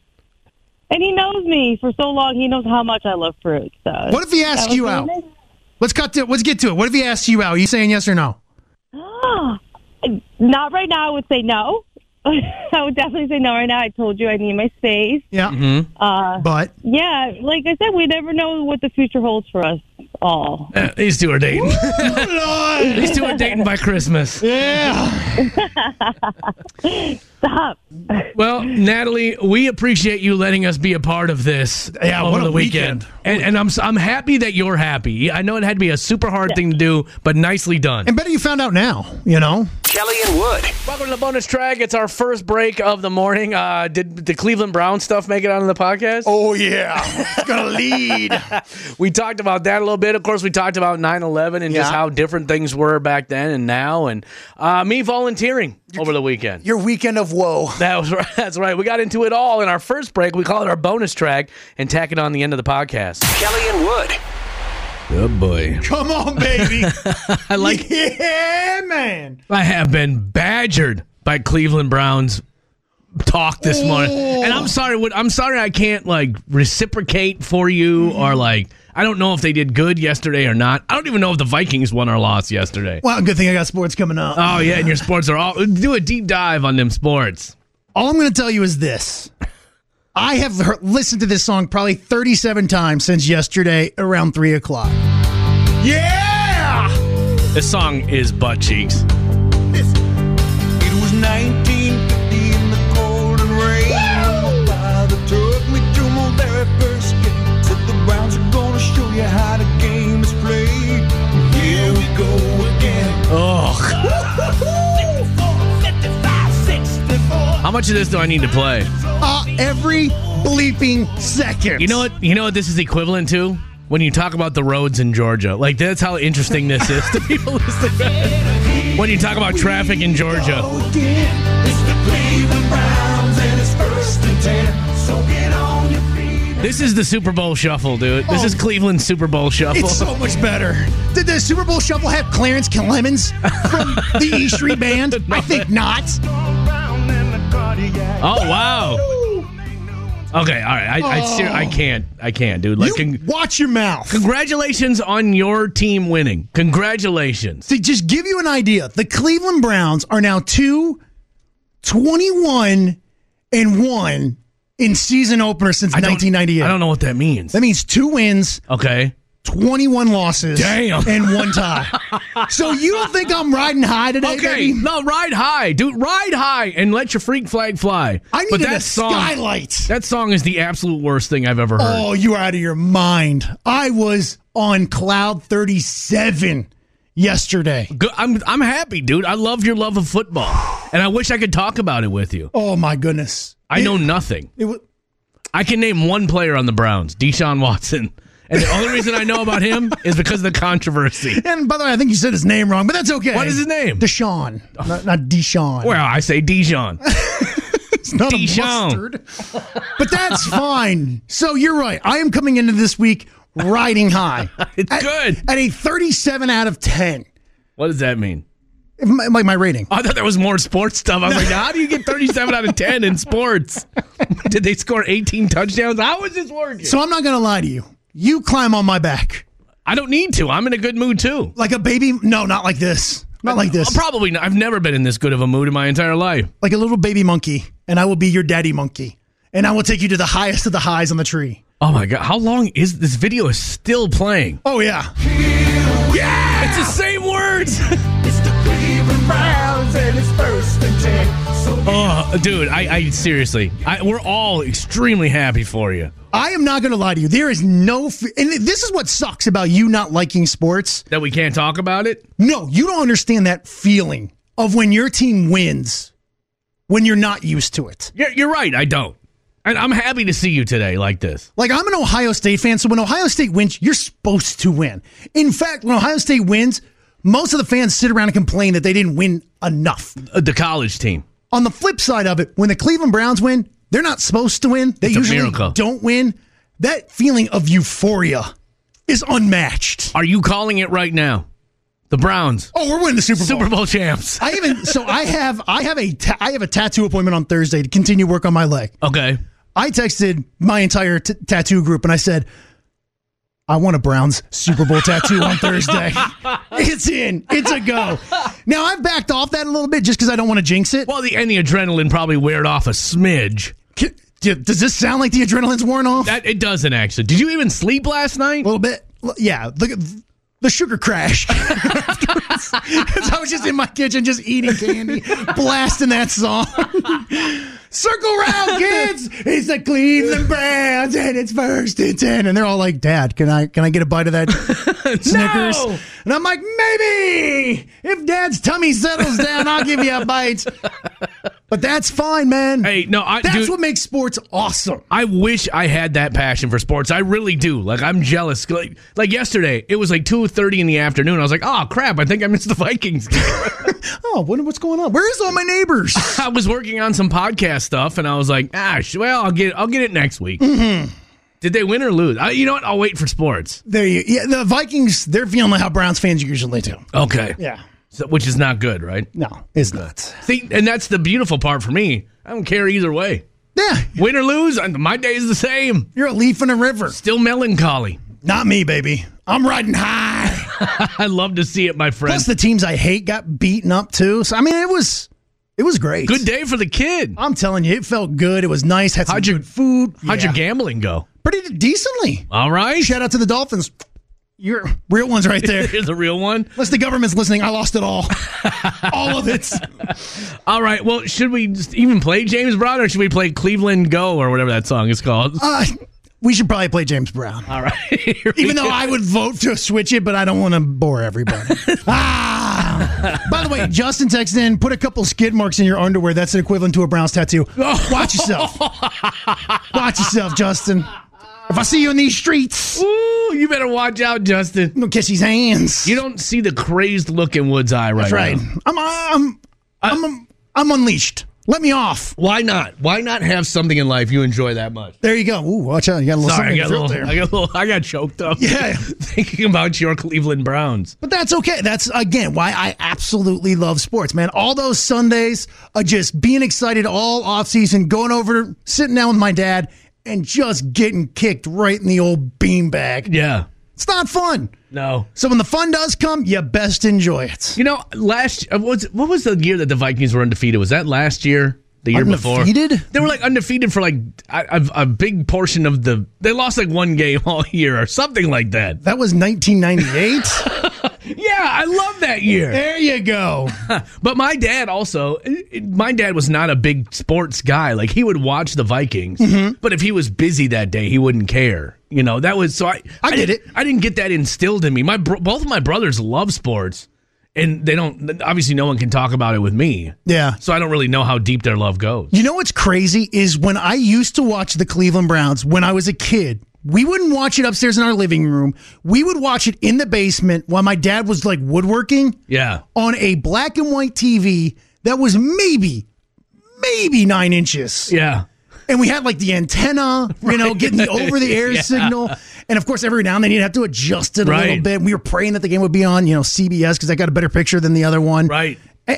S10: And he knows me for so long. He knows how much I love fruit. So
S2: What if he
S10: that
S2: asks
S10: was
S2: you
S10: really
S2: out?
S10: nice.
S2: Let's cut to let's get to it. What if he asks you out? Are you saying yes or no?
S10: Not right now. I would say no. I would definitely say no right now. I told you I need my space.
S2: Yeah.
S1: Mm-hmm.
S10: Uh,
S2: But
S10: yeah, like I said, we never know what the future holds for us all.
S1: Eh, these two are dating. these two are dating by Christmas.
S2: Yeah.
S10: Stop.
S1: Well, Natalie, we appreciate you letting us be a part of this
S2: Yeah,
S1: over
S2: what a
S1: the weekend.
S2: weekend.
S1: And, and I'm s- I'm happy that you're happy. I know it had to be a super hard thing to do, but nicely done.
S2: and better you found out now, you know?
S9: Kelly and Wood.
S1: Welcome to the bonus track. It's our first break of the morning. Uh, did the Cleveland Brown stuff make it onto the podcast?
S2: Oh yeah. It's gonna lead.
S1: we talked about that a little bit. Of course, we talked about 9 11 and just
S2: Yeah.
S1: how different things were back then and now. And uh, me volunteering over the weekend.
S2: Your weekend of woe.
S1: That was right. That's right. We got into it all in our first break. We call it our bonus track and tack it on the end of the podcast.
S9: Kelly and Wood.
S1: Good boy.
S2: Come on, baby.
S1: I like.
S2: yeah, man.
S1: I have been badgered by Cleveland Browns talk this morning, and I'm sorry. What I'm sorry, I can't like reciprocate for you or like. I don't know if they did good yesterday or not. I don't even know if the Vikings won or lost yesterday.
S2: Well, good thing I got sports coming up.
S1: Oh yeah, and your sports are all do a deep dive on them sports.
S2: All I'm going to tell you is this. I have heard, listened to this song probably 37 times since yesterday around 3 o'clock. Yeah!
S1: This song is butt cheeks.
S3: It was 1950 in the cold and rain. My father took me to my very first game. Said the Browns are gonna show you how the game is played. Here we go again.
S1: Ugh. How much of this do I need to play?
S2: Uh, every bleeping second.
S1: You know what? You know what this is equivalent to when you talk about the roads in Georgia. Like that's how interesting this is to people listening. when you talk about traffic in Georgia,
S3: Again. It's the Cleveland Browns and it's first and ten. So get on your feet.
S1: This is the Super Bowl shuffle, dude. This is Cleveland Super Bowl shuffle.
S2: Oh. It's so much better. Did the Super Bowl Shuffle have Clarence Clemens from the E Street Band? I think not.
S1: Oh wow.
S2: Oh.
S1: Okay, all right. I I, ser- I can't. I can't, dude. Like, con-
S2: watch your mouth.
S1: Congratulations on your team winning. Congratulations.
S2: To just give you an idea, the Cleveland Browns are now 2 21 and 1 in season opener since
S1: I don't-
S2: 1998.
S1: I don't know what that means.
S2: That means two wins,
S1: Okay.
S2: 21 losses,
S1: Damn.
S2: and one tie. so you don't think I'm riding high today,
S1: Okay.
S2: baby?
S1: No, ride high, dude. Ride high and let your freak flag fly.
S2: I
S1: but
S2: needed
S1: that
S2: a
S1: song,
S2: skylight.
S1: That song is the absolute worst thing I've ever heard.
S2: Oh, you are out of your mind. I was on cloud 37 yesterday.
S1: Good. I'm I'm happy, dude. I love your love of football, and I wish I could talk about it with you.
S2: Oh my goodness.
S1: I know nothing.
S2: It was
S1: I can name one player on the Browns, Deshaun Watson, and the only reason I know about him is because of the controversy.
S2: And by the way, I think you said his name wrong, but that's okay.
S1: What is his name?
S2: Deshaun, not, not Deshaun.
S1: Well, I say Dijon.
S2: it's not
S1: Deshaun.
S2: a mustard. But that's fine. So you're right. I am coming into this week riding high.
S1: It's
S2: At-
S1: good.
S2: At a 37 out of 10.
S1: What does that mean?
S2: My, my, my rating.
S1: I thought there was more sports stuff. I was like, how do you get 37 out of 10 in sports? Did they score 18 touchdowns? How is this working?
S2: So I'm not going to lie to you. You climb on my back
S1: I don't need to. I'm in a good mood too.
S2: like a baby. No, not like this. Not like this.
S1: Probably not. I've never been in this good of a mood in my entire life.
S2: Like a little baby monkey, and I will be your daddy monkey. And I will take you to the highest of the highs on the tree.
S1: Oh my god, how long is this video is still playing?
S2: Oh, yeah.
S1: It's the same words. Oh, dude, I, I seriously, I, we're all extremely happy for you
S2: I am not going to lie to you. There is no, f- and this is what sucks about you not liking sports.
S1: that we can't talk about it.
S2: No, you don't understand that feeling of when your team wins when you're not used to it.
S1: You're, you're right, I don't, and I'm happy to see you today like this.
S2: Like, I'm an Ohio State fan, so when Ohio State wins, you're supposed to win. In fact, when Ohio State wins, most of the fans sit around and complain that they didn't win enough.
S1: Uh, the college team,
S2: On the flip side of it, when the Cleveland Browns win, they're not supposed to win. They
S1: It's a
S2: usually
S1: miracle.
S2: don't win. That feeling of euphoria is unmatched.
S1: are you calling it right now? The Browns,
S2: Oh, we're winning the Super Bowl.
S1: Super Bowl champs.
S2: I even so I have I have a ta- I have a tattoo appointment on Thursday to continue work on my leg.
S1: Okay,
S2: I texted my entire t- tattoo group and I said, I want a Browns Super Bowl tattoo on Thursday. It's in. It's a go. Now I've backed off that a little bit just because I don't want to jinx it.
S1: well, the and the adrenaline probably weared off a smidge.
S2: Can- d- Does this sound like the adrenaline's worn off?
S1: That it doesn't actually. Did you even sleep last night?
S2: a little bit. L- Yeah. Look at the sugar crash. Afterwards. 'Cause I was just in my kitchen just eating candy, blasting that song. Circle round, kids. It's the Cleveland Browns, and it's first and ten. And they're all like, "Dad, can I can I get a bite of that Snickers?" And I'm like, "Maybe if Dad's tummy settles down, I'll give you a bite." But that's fine, man.
S1: Hey, no, I
S2: that's
S1: dude,
S2: what makes sports awesome.
S1: I wish I had that passion for sports. I really do. Like I'm jealous. Like, like yesterday, it was like two thirty in the afternoon. I was like, oh crap, I think I missed the Vikings. game."
S2: Oh, what, what's going on? Where's all my neighbors?
S1: I was working on some podcast stuff, and I was like, ah, sh- well, I'll get, I'll get it next week. Did they win or lose? I, you know what? I'll wait for sports.
S2: There you, yeah, the Vikings, they're feeling like how Browns fans usually do.
S1: Okay,
S2: Yeah.
S1: So- which is not good, right?
S2: No, it's not.
S1: See, and that's the beautiful part for me. I don't care either way.
S2: Yeah,
S1: Win or lose, I- my day is the same.
S2: you're a leaf in a river.
S1: Still melancholy.
S2: Not me, baby. I'm riding high.
S1: I love to see it, my friend.
S2: Plus, the teams I hate got beaten up too. So I mean, it was, it was great.
S1: Good day for the kid.
S2: I'm telling you, it felt good. It was nice. Had some
S1: How'd you-
S2: good food.
S1: How'd your
S2: Yeah.
S1: gambling go?
S2: Pretty decently.
S1: All right.
S2: Shout out to the Dolphins. You're real ones right there.
S1: Here's the real one.
S2: Unless the government's listening, I lost it all. all of it.
S1: All right. Well, should we just even play James Brown or should we play Cleveland Go or whatever that song is called?
S2: Uh, we should probably play James Brown.
S1: All right. Here we
S2: Even though I would vote to switch it, but I don't want to bore everybody. ah! By the way, Justin texted in, put a couple skid marks in your underwear. That's an equivalent to a Browns tattoo. Watch yourself. Watch yourself, Justin. If I see you in these streets,
S1: Ooh, you better watch out, Justin.
S2: I'm going to kiss these hands.
S1: You don't see the crazed look in Wood's eye right
S2: That's right.
S1: now.
S2: I'm, I'm, I'm, I'm, I'm unleashed. Let me off.
S12: Why not? Why not have something in life you enjoy that much?
S2: There you go. Ooh, watch out. You got a little
S1: Sorry, I
S2: something
S1: got, a
S2: drilled
S1: little,
S2: there.
S1: I got a little. I got choked up.
S2: Yeah.
S1: thinking about your Cleveland Browns.
S2: But that's okay. That's again why I absolutely love sports, man. All those Sundays of just being excited all off season, going over, sitting down with my dad, and just getting kicked right in the old beanbag.
S1: Yeah.
S2: It's not fun.
S1: No.
S2: So when the fun does come, you best enjoy it.
S1: You know, last uh, was what was the year that the Vikings were undefeated? Was that last year? The year
S2: Undefeated?
S1: before? They were like undefeated for like a, a a big portion of the. They lost like one game all year or something like that.
S2: That was 1998.
S1: Yeah, I love that year.
S2: there you go.
S1: But my dad also, my dad was not a big sports guy. Like he would watch the Vikings,
S2: Mm-hmm.
S1: but if he was busy that day, he wouldn't care. You know, that was so I.
S2: I did
S1: didn't-
S2: it.
S1: I didn't get that instilled in me. My bro- both of my brothers love sports, and they don't. Obviously, no one can talk about it with me.
S2: Yeah.
S1: So I don't really know how deep their love goes.
S2: You know what's crazy is when I used to watch the Cleveland Browns when I was a kid, we wouldn't watch it upstairs in our living room. We would watch it in the basement while my dad was like woodworking
S1: Yeah.
S2: on a black and white TV that was maybe, maybe nine inches.
S1: Yeah.
S2: And we had like the antenna, you know, getting the over the air
S1: Yeah.
S2: signal. And of course, every now and then you'd have to adjust it a
S1: Right.
S2: little bit. We were praying that the game would be on, you know, CBS because I got a better picture than the other one.
S1: Right.
S2: Eh,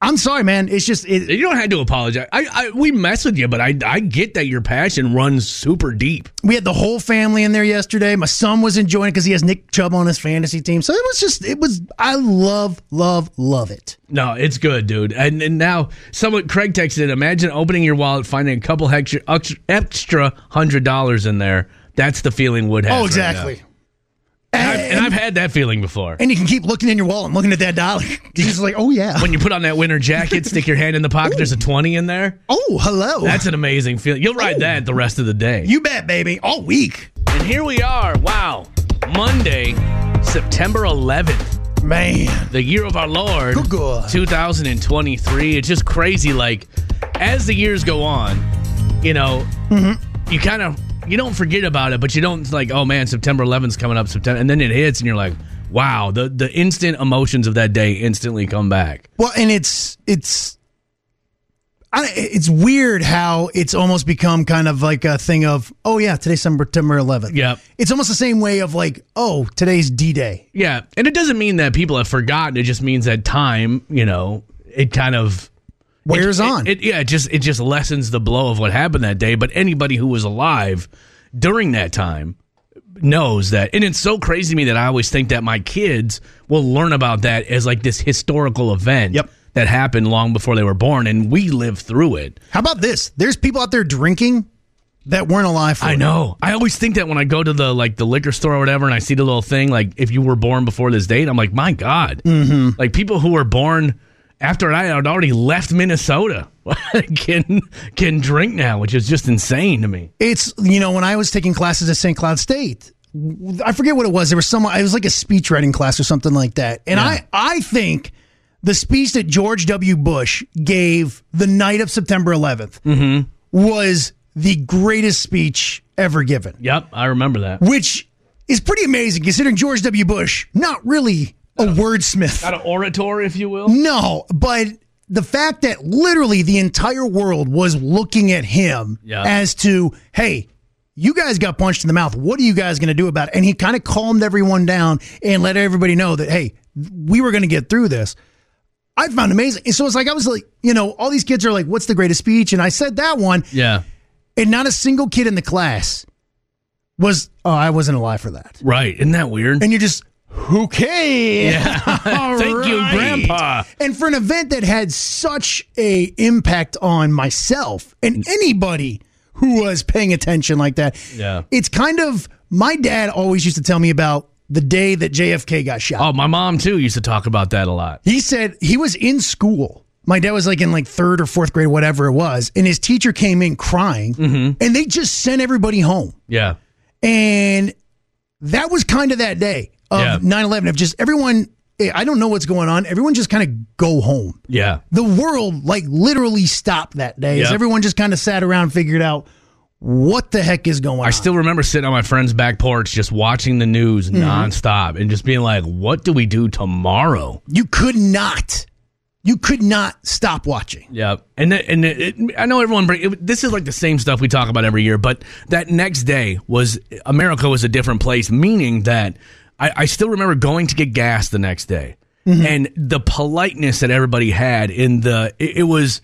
S2: I'm sorry, man. It's just, it,
S1: You don't have to apologize. I, I we mess with you, but I I get that your passion runs super deep.
S2: we had the whole family in there yesterday. My son was enjoying it because he has Nick Chubb on his fantasy team. So it was just, it was, I love, love, love it.
S1: No, it's good, dude. And, and now, someone Craig texted. Imagine opening your wallet, finding a couple extra, extra hundred dollars in there. That's the feeling Wood has.
S2: oh,
S1: right
S2: exactly.
S1: now. and, I've, and I've had that feeling before.
S2: And you can keep looking in your wallet and looking at that dollar. He's like, oh, yeah.
S1: When you put on that winter jacket, stick your hand in the pocket. There's a twenty in there.
S2: oh, hello.
S1: That's an amazing feeling. You'll ride that the rest of the day.
S2: you bet, baby. All week.
S1: and here we are. Wow, Monday, September 11th.
S2: Man.
S1: the year of our Lord,
S2: Good God.
S1: 2023. It's just crazy. Like, as the years go on, you know,
S2: Mm-hmm.
S1: you kind of you don't forget about it, but you don't like, oh man, September 11th's coming up, September, and then it hits, and you're like, wow, the the instant emotions of that day instantly come back.
S2: Well, and it's, it's, I, it's weird how it's almost become kind of like a thing of, oh, yeah, today's September 11th.
S1: Yep.
S2: It's almost the same way of like, oh, today's D Day.
S1: Yeah, and it doesn't mean that people have forgotten. It just means that time, you know, it kind of
S2: Wears
S1: it-
S2: on.
S1: It, yeah, it just it just lessens the blow of what happened that day. But anybody who was alive during that time knows that, and it's so crazy to me that I always think that my kids will learn about that as like this historical event
S2: Yep.
S1: that happened long before they were born, and we lived through it.
S2: How about this? There's people out there drinking that weren't alive for
S1: I
S2: it.
S1: know. I always think that when I go to the like the liquor store or whatever, and I see the little thing like if you were born before this date, I'm like, my God, mm-hmm. like people who were born after I had already left Minnesota can can drink now, which is just insane to me.
S2: It's, you know, when I was taking classes at St. Cloud State, I forget what it was. There was someone, it was like a speech writing class or something like that. And I, I think the speech that George W. Bush gave the night of September 11th was the greatest speech ever given,
S1: Yep, I remember that.
S2: which is pretty amazing considering George W. Bush, not really a wordsmith.
S1: Not an orator, if you will.
S2: No, but the fact that literally the entire world was looking at him
S1: Yeah.
S2: as to, hey, you guys got punched in the mouth. What are you guys going to do about it? And he kind of calmed everyone down and let everybody know that, hey, we were going to get through this. I found amazing. And so it's like, I was like, you know, all these kids are like, what's the greatest speech? And I said that one,
S1: Yeah,
S2: and not a single kid in the class was, oh, I wasn't alive for that.
S1: right. Isn't that weird?
S2: And you're just, okay.
S1: Thank you,
S2: Right.
S1: Grandpa.
S2: And for an event that had such a impact on myself
S1: Mm.
S2: and anybody who was paying attention like that,
S1: Yeah.
S2: it's kind of my dad always used to tell me about the day that JFK got shot.
S1: Oh, my mom too used to talk about that a lot.
S2: He said he was in school. My dad was like in like third or fourth grade, whatever it was, and his teacher came in crying,
S1: Mm-hmm.
S2: and they just sent everybody home.
S1: Yeah,
S2: And that was kind of that day
S1: Yeah.
S2: of 9 11, of just everyone, eh, I don't know what's going on. Everyone just kind of go home.
S1: yeah,
S2: The world, like, literally stopped that day. as
S1: Yeah.
S2: Everyone just kind of sat around, and figured out what the heck is going on.
S1: I still remember sitting on my friend's back porch just watching the news nonstop and just being like, what do we do tomorrow?
S2: you could not You could not stop watching.
S1: Yeah, and that, and it, it- I know everyone. Bring, it, this is like the same stuff we talk about every year, but that next day was America was a different place, meaning that I, I still remember going to get gas the next day, and the politeness that everybody had in the it, it was.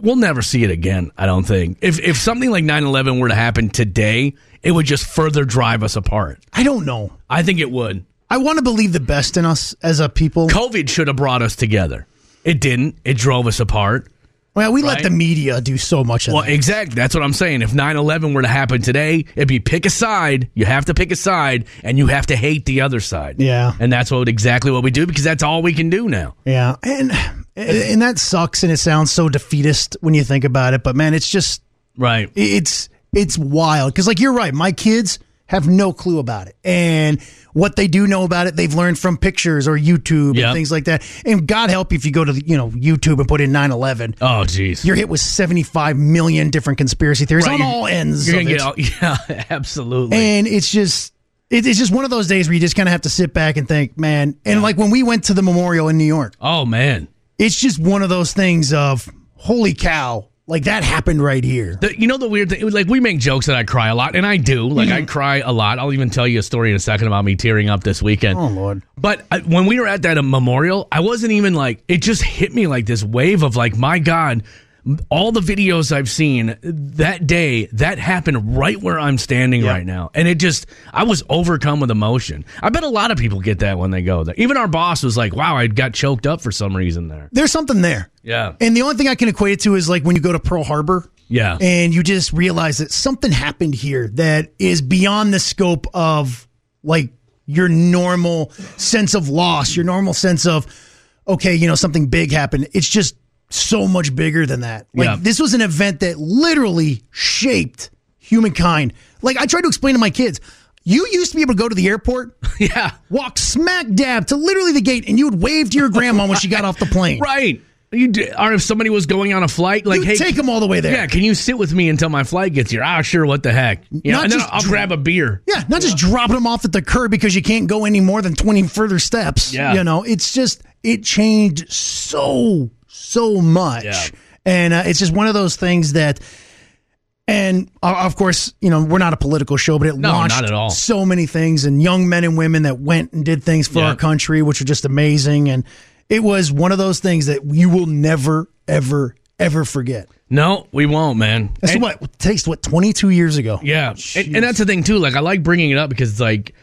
S1: We'll never see it again, I don't think. If if something like 9/11 were to happen today, it would just further drive us apart.
S2: I don't know.
S1: I think it would.
S2: I want to believe the best in us as a people.
S1: COVID should have brought us together. It didn't. It drove us apart.
S2: Well, we let
S1: Right.
S2: the media do so much of
S1: Well,
S2: that.
S1: exactly. That's what I'm saying. If 9 11 were to happen today, it'd be pick a side. You have to pick a side, and you have to hate the other side.
S2: Yeah.
S1: And that's what exactly what we do because that's all we can do now.
S2: Yeah, and and that sucks, and it sounds so defeatist when you think about it. But man, it's just
S1: right.
S2: It's it's wild because like you're right, my kids have no clue about it, and what they do know about it, they've learned from pictures or YouTube
S1: Yep.
S2: and things like that. And God help you if you go to the, you know YouTube and put in 9/11.
S1: Oh, jeez.
S2: You're hit with 75 million different conspiracy theories
S1: Right,
S2: on
S1: you're-
S2: all ends.
S1: You're
S2: of
S1: gonna get
S2: it.
S1: all, yeah, absolutely.
S2: And it's just it, it's just one of those days where you just kind of have to sit back and think, man. And like when we went to the memorial in New York
S1: oh, man.
S2: it's just one of those things of holy cow like that happened right here
S1: The, you know the weird thing, it was like we make jokes that I cry a lot, and I do. Like
S2: Mm-hmm.
S1: I cry a lot. I'll even tell you a story in a second about me tearing up this weekend.
S2: Oh, Lord.
S1: But I, when we were at that uh, memorial, I wasn't even like it. Just hit me like this wave of like, my God, m- all the videos I've seen that day that happened right where I'm standing right now, and it just I was overcome with emotion. I bet a lot of people get that when they go there. Even our boss was like, "Wow, I got choked up for some reason there."
S2: there's something there
S1: Yeah,
S2: and the only thing i can equate it to is like when you go to pearl harbor
S1: yeah.
S2: and you just realize that something happened here that is beyond the scope of like your normal sense of loss your normal sense of okay you know something big happened it's just so much bigger than that like
S1: Yeah.
S2: this was an event that literally shaped humankind like i tried to explain to my kids you used to be able to go to the airport
S1: yeah
S2: walk smack dab to literally the gate and you would wave to your grandma when she got off the plane
S1: Right. You d or if somebody was going on a flight, like
S2: You'd
S1: hey,
S2: take 'em all the way there.
S1: Yeah, can you sit with me until my flight gets here? Ah, sure. What the heck? You know,
S2: Not
S1: and then
S2: just
S1: I'll
S2: dr-
S1: grab a beer.
S2: Yeah, not just dropping them off at the curb because you can't go any more than 20 further steps.
S1: Yeah.
S2: You know, it's just, it changed so, so much.
S1: Yeah.
S2: And uh, it's just one of those things that, and uh, of course, you know, we're not a political show, but it
S1: No,
S2: launched
S1: not at all.
S2: so many things and young men and women that went and did things for
S1: Yeah.
S2: our country, which are just amazing. And it was one of those things that you will never, ever, ever forget.
S1: No, we won't, man.
S2: That's
S1: And-
S2: what it takes, what, 22 years ago?
S1: Yeah, and, and that's the thing too. Like I like bringing it up because it's like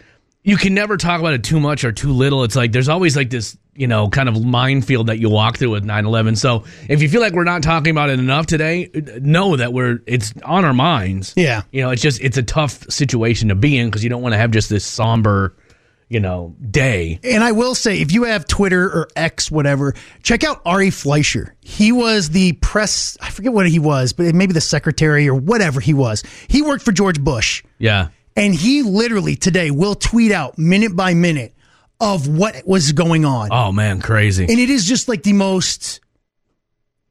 S1: you can never talk about it too much or too little. It's like there's always like this you know kind of minefield that you walk through with 9/11. So if you feel like we're not talking about it enough today, know that we're it's on our minds.
S2: Yeah.
S1: you know it's just it's a tough situation to be in because you don't want to have just this somber you know day.
S2: And I will say, if you have Twitter or X, whatever, check out Ari Fleischer. He was the press, I forget what he was, but maybe the secretary or whatever he was. He worked for George Bush.
S1: Yeah,
S2: And he literally today will tweet out minute by minute of what was going on.
S1: Oh man, crazy.
S2: And it is just like the most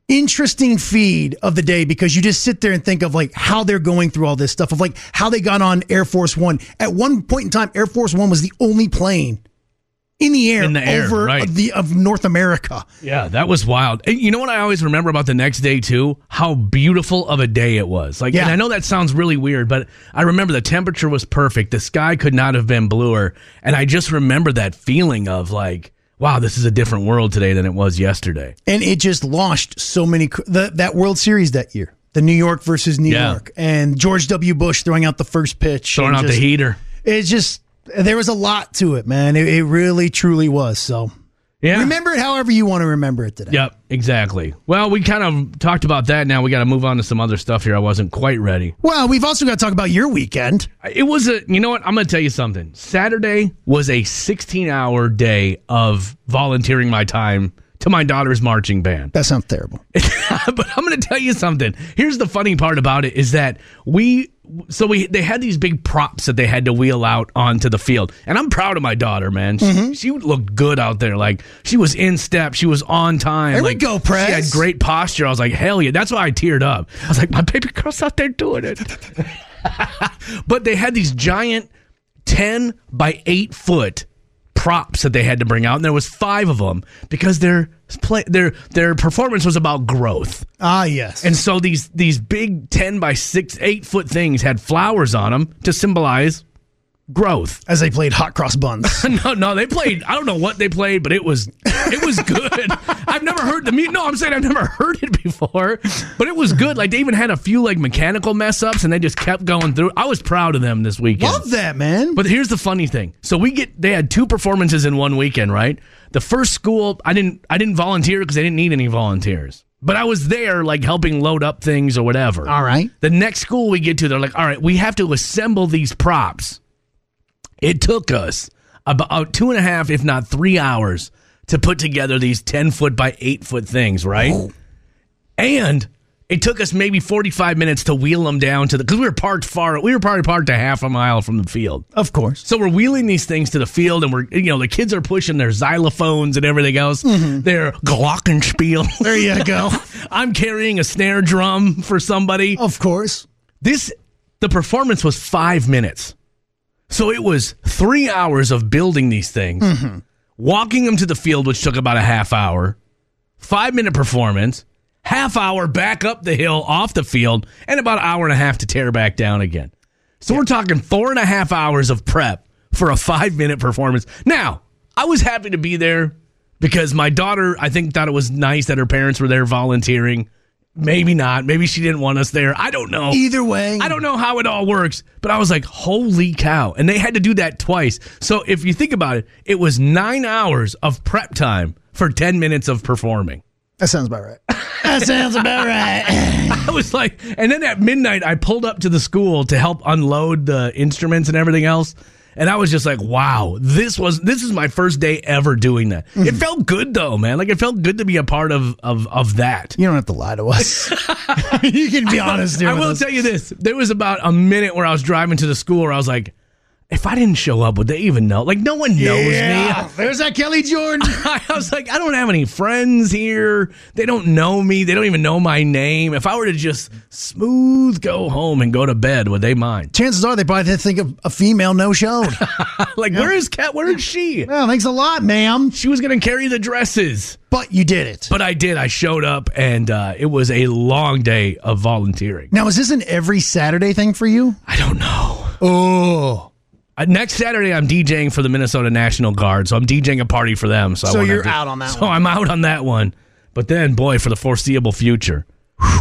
S2: interesting feed of the day because you just sit there and think of like how they're going through all this stuff of like how they got on Air Force One. At one point in time, Air Force One was the only plane in the air
S1: In the air,
S2: over
S1: right.
S2: the of North America.
S1: Yeah, that was wild. And you know what I always remember about the next day too? How beautiful of a day it was. Like,
S2: Yeah.
S1: and I know that sounds really weird, but I remember the temperature was perfect. The sky could not have been bluer, and I just remember that feeling of like, wow, this is a different world today than it was yesterday.
S2: And it just launched so many the, that World Series that year. The New York versus New
S1: Yeah.
S2: York and George W. Bush throwing out the first pitch.
S1: Throwing
S2: and
S1: out the
S2: just-
S1: heater.
S2: It's just there was a lot to it, man. It, it really truly was. So
S1: Yeah.
S2: remember it however you want to remember it today.
S1: Yep, exactly. Well, we kind of talked about that. Now we got to move on to some other stuff here. I wasn't quite ready.
S2: Well, we've also got to talk about your weekend.
S1: It was a, you know what? I'm going to tell you something. Saturday was a 16 hour day of volunteering my time to my daughter's marching band.
S2: That sounds terrible.
S1: but I'm going to tell you something. Here's the funny part about it is that we, so we, they had these big props that they had to wheel out onto the field. And I'm proud of my daughter, man. She,
S2: Mm-hmm.
S1: she looked good out there. Like she was in step. She was on time.
S2: There we
S1: like,
S2: go, Prez.
S1: She had great posture. I was like, hell yeah. That's why I teared up. I was like, my baby girl's out there doing it. but they had these giant 10 by 8 foot props that they had to bring out, and there was five of them because their play their their performance was about growth.
S2: Ah, yes.
S1: And so these these big ten by six eight foot things had flowers on them to symbolize growth.
S2: As they played hot cross buns.
S1: no, no, they played. I don't know what they played, but it was it was good. I've never heard the music. No, I'm saying I've never heard it before, but it was good. Like they even had a few like mechanical mess ups, and they just kept going through. I was proud of them this weekend.
S2: Love that, man.
S1: But here's the funny thing. So we get they had two performances in one weekend, right? The first school, I didn't I didn't volunteer because they didn't need any volunteers. But I was there like helping load up things or whatever.
S2: All right.
S1: The next school we get to, they're like, "All right, we have to assemble these props." It took us about two and a half, if not three hours, to put together these 10 foot by 8 foot things, right? And it took us maybe 45 minutes to wheel them down to the, because we were parked far, we were probably parked a half a mile from the field.
S2: Of course.
S1: So we're wheeling these things to the field and we're, you know, the kids are pushing their xylophones and everything else, their glockenspiel.
S2: Mm-hmm. There you go.
S1: I'm carrying a snare drum for somebody.
S2: Of course.
S1: This, the performance was five minutes. So it was three hours of building these things, walking them to the field, which took about a half hour, five minute performance, half hour back up the hill off the field, and about an hour and a half to tear back down again. So we're talking four and a half hours of prep for a five minute performance. Now, I was happy to be there because my daughter, I think, thought it was nice that her parents were there volunteering. Maybe not. Maybe she didn't want us there. I don't know.
S2: Either way.
S1: I don't know how it all works, but I was like, holy cow. And they had to do that twice. So if you think about it, it was nine hours of prep time for 10 minutes of performing.
S2: That sounds about right. that sounds about right.
S1: I was like, and then at midnight, I pulled up to the school to help unload the instruments and everything else. And I was just like, wow, this was this is my first day ever doing that. It felt good though, man. Like it felt good to be a part of of of that.
S2: You don't have to lie to us. you can be honest here.
S1: I
S2: with
S1: will
S2: us.
S1: tell you this: there was about a minute where I was driving to the school, where I was like, "If I didn't show up, would they even know? Like, no one knows
S2: yeah.
S1: me."
S2: There's that Kelly Jordan.
S1: I was like, "I don't have any friends here. They don't know me. They don't even know my name. If I were to just smooth go home and go to bed, would they mind?"
S2: Chances are they probably didn't think of a female no showed.
S1: like, where is Kat? Where is she?
S2: well, thanks a lot, ma'am.
S1: She was gonna carry the dresses,
S2: But you did it.
S1: but I did. I showed up, and uh, it was a long day of volunteering.
S2: now, is this an every Saturday thing for you?
S1: I don't know.
S2: Oh.
S1: Uh, next Saturday, I'm DJing for the Minnesota National Guard, so I'm DJing a party for them. So, I
S2: So
S1: won't
S2: you're
S1: have to-
S2: out on that
S1: So
S2: one.
S1: I'm out on that one. But then, boy, for the foreseeable future. whew.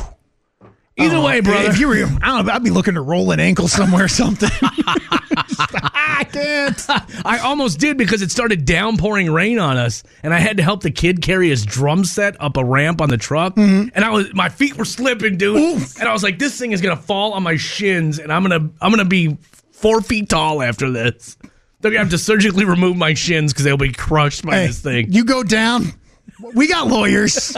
S1: Either way, brother.
S2: Oh, If you were, I don't know, I'd be looking to roll an ankle somewhere or something. I can't.
S1: I almost did because it started downpouring rain on us, and I had to help the kid carry his drum set up a ramp on the truck. And I was my feet were slipping, dude.
S2: Mm-hmm. Oof.
S1: And I was like, "This thing is gonna fall on my shins, and I'm gonna I'm gonna be four feet tall after this. They're gonna have to surgically remove my shins because they'll be crushed by
S2: Hey,
S1: this thing."
S2: You go down. We got lawyers.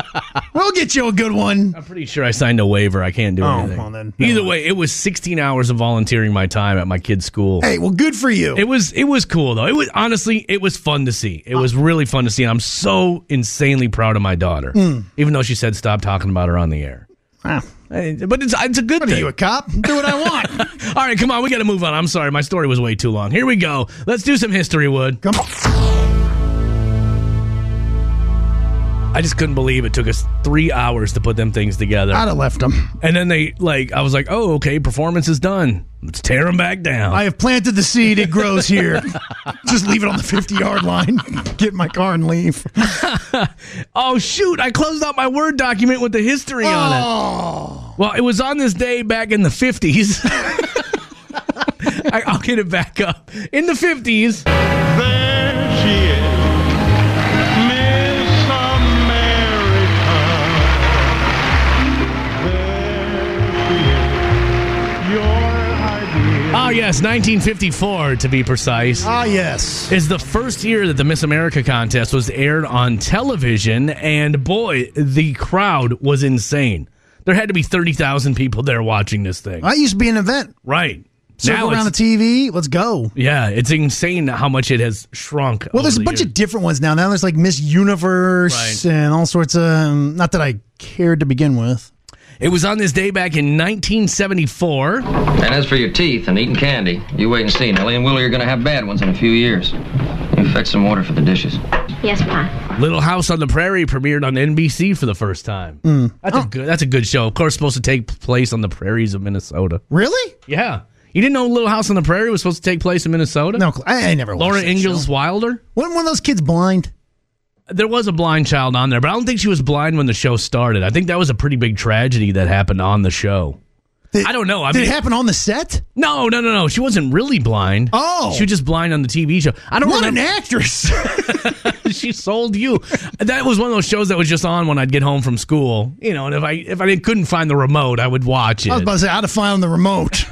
S2: we'll get you a good one.
S1: I'm pretty sure I signed a waiver. I can't do
S2: Oh,
S1: anything.
S2: well then, never
S1: Either
S2: mind.
S1: way, it was 16 hours of volunteering my time at my kid's school.
S2: Hey, well, good for you.
S1: It was it was cool though. It was honestly it was fun to see. It was really fun to see, and I'm so insanely proud of my daughter,
S2: Hmm.
S1: even though she said stop talking about her on the air.
S2: Wow.
S1: Hey, But it's it's a good
S2: What are
S1: thing.
S2: Ah, you, a cop? Do what I want.
S1: All right, come on, we got to move on. I'm sorry, my story was way too long. Here we go. Let's do some history, Wood.
S2: Come on.
S1: I just couldn't believe it took us three hours to put them things together,
S2: I'd have left them.
S1: and then they like I was like, oh okay, performance is done. Let's tear them back down.
S2: I have planted the seed. It grows here. Just leave it on the 50 yard line. Get in my car and leave.
S1: Oh shoot! I closed out my word document with the history
S2: Oh.
S1: on it. Well, it was on this day back in the fifties. I'll get it back up. In the fifties,
S11: There she is, Miss America. There she is, your idea.
S1: oh yes, 1954 to be precise,
S2: Ah, yes.
S1: is the first year that the Miss America contest was aired on television, and boy, the crowd was insane. There had to be thirty thousand people there watching this thing.
S2: That used to be an event.
S1: Right
S2: Circle
S1: it's-
S2: around the TV. Let's go.
S1: yeah, it's insane how much it has shrunk.
S2: Well, there's a bunch of different ones now. Now there's like Miss Universe
S1: Right.
S2: and all sorts of. um, Not that I cared to begin with.
S1: It was on this day back in 1974.
S13: And as for your teeth and eating candy, you wait and see. Nellie and Willie are going to have bad ones in a few years. You Fetch some water for the dishes.
S14: Yes, Pa.
S1: Little House on the Prairie premiered on NBC for the first time.
S2: Hmm.
S1: That's
S2: Oh.
S1: a good. That's a good show. Of course, supposed to take place on the prairies of Minnesota.
S2: Really?
S1: Yeah. You didn't know Little House on the Prairie was supposed to take place in Minnesota?
S2: No, I, I never. watched
S1: Laura
S2: that
S1: Ingalls
S2: show.
S1: Wilder.
S2: Wasn't one of those kids blind?
S1: There was a blind child on there, but I don't think she was blind when the show started. I think that was a pretty big tragedy that happened on the show. I don't know. I
S2: Did
S1: mean,
S2: it happen on the set?
S1: No, no, no, no. She wasn't really blind.
S2: Oh.
S1: she was just blind on the TV show. I don't.
S2: What an
S1: remember-
S2: actress!
S1: she sold you. That was one of those shows that was just on when I'd get home from school. You know, and if I if I didn't, couldn't find the remote, I would watch it.
S2: I was about to say I'd have found the remote.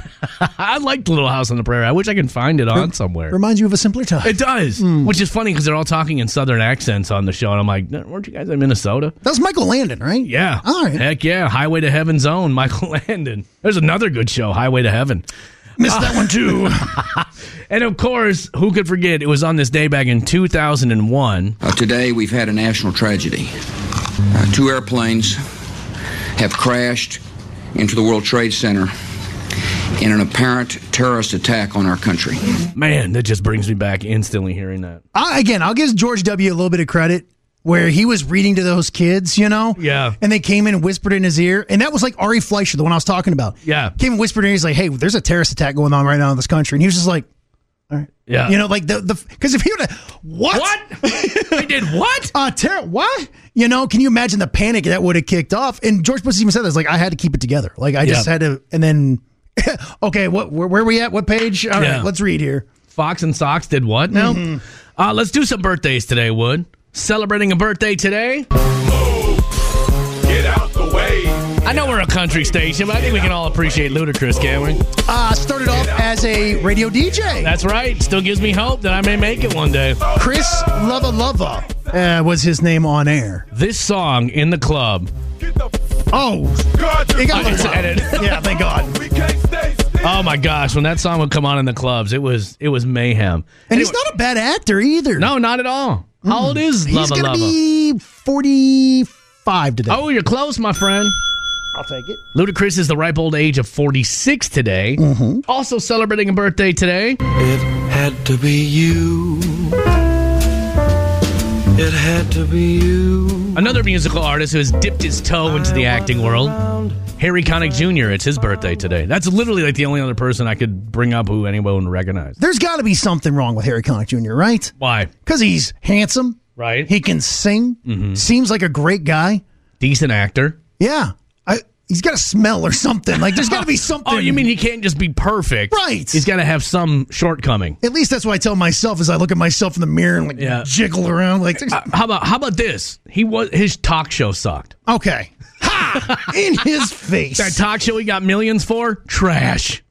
S1: I liked Little House on the Prairie. I wish I could find it on somewhere.
S2: Reminds you of a simpler time.
S1: It does,
S2: Hmm.
S1: which is funny because they're all talking in southern accents on the show, and I'm like, "No, weren't you guys in Minnesota?
S2: That was Michael Landon, right?
S1: Yeah.
S2: All right.
S1: Heck yeah. Highway to Heaven's own, Michael Landon. There's another good show, Highway to Heaven.
S2: Missed that one too.
S1: And of course, who could forget it was on this day back in 2001.
S13: Uh, today, we've had a national tragedy. Uh, two airplanes have crashed into the World Trade Center in an apparent terrorist attack on our country.
S1: Man, that just brings me back instantly hearing that.
S2: I, again, I'll give George W. a little bit of credit where he was reading to those kids, you know?
S1: Yeah.
S2: And they came in and whispered in his ear. And that was like Ari Fleischer, the one I was talking about.
S1: Yeah.
S2: Came and whispered in his ear, he's like, hey, there's a terrorist attack going on right now in this country. And he was just like, all right.
S1: Yeah.
S2: You know, like the, the, because if he would have, what?
S1: I did what?
S2: Uh, terror, what? You know, can you imagine the panic that would have kicked off? And George Bush even said this, like, I had to keep it together. Like, I just
S1: Yeah.
S2: had to, and then, okay, what, where, where are we at? What page? All right,
S1: Yeah.
S2: let's read here.
S1: Fox and Sox did what now?
S2: Mm-hmm.
S1: Uh, let's do some birthdays today, Wood. Celebrating a birthday today.
S3: Get out the way.
S1: I know we're a country station, but I think we can all appreciate Ludacris, can't we?
S2: Uh, started off as a radio DJ.
S1: That's right. Still gives me hope that I may make it one day.
S2: Chris Lava Lava uh, was his name on air.
S1: This song in the club.
S2: Oh, it got a
S1: It's
S2: little loud.
S1: edit.
S2: Yeah, thank God.
S1: Oh my gosh, when that song would come on in the clubs, it was it was mayhem.
S2: And he's not a bad actor either.
S1: No, not at all. How old is
S2: he's
S1: Lava
S2: gonna
S1: Lava?
S2: be forty-five today.
S1: Oh, you're close, my friend.
S2: I'll take it.
S1: Ludacris is the ripe old age of 46 today.
S2: Mm-hmm.
S1: Also celebrating a birthday today.
S3: It had to be you. It had to be you.
S1: Another musical artist who has dipped his toe into the acting world, Harry Connick Jr. It's his birthday today. That's literally like the only other person I could bring up who anyone would recognize.
S2: There's got to be something wrong with Harry Connick Jr., right?
S1: Why?
S2: Because he's handsome.
S1: Right.
S2: He can sing.
S1: Mm-hmm.
S2: Seems like a great guy.
S1: Decent actor.
S2: Yeah. I, he's got a smell or something. Like there's got to be something.
S1: Oh, you mean he can't just be perfect?
S2: Right.
S1: He's got to have some shortcoming.
S2: At least that's what I tell myself as I look at myself in the mirror and like
S1: Yeah. Uh,
S2: jiggle around. Like
S1: How about how about this? He was his talk show sucked.
S2: okay, ha! In his face.
S1: That talk show he got millions for trash.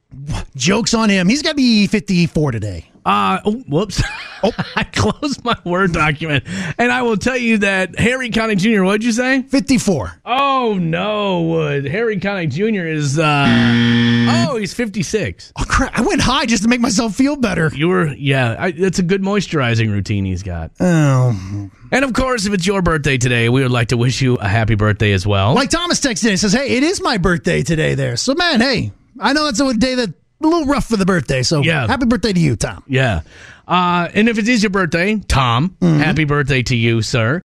S2: Jokes on him. He's got to be 54 today.
S1: Uh, oh, whoops. I closed my Word document. And I will tell you that Harry Connick Jr., what'd you say?
S2: 54.
S1: Oh, no, Wood. Harry Connick Jr. is, uh, oh, he's 56.
S2: Oh crap! I went high just to make myself feel better.
S1: You were, yeah, I, that's a good moisturizing routine he's got.
S2: Um,
S1: And of course, if it's your birthday today, we would like to wish you a happy birthday as well.
S2: Mike Thomas texted in and says, "Hey, it is my birthday today." There, so man, hey, I know that's a day that a little rough for the birthday. So
S1: Yeah.
S2: happy birthday to you, Tom.
S1: Yeah. Uh, and if it is your birthday, Tom, happy birthday to you, sir.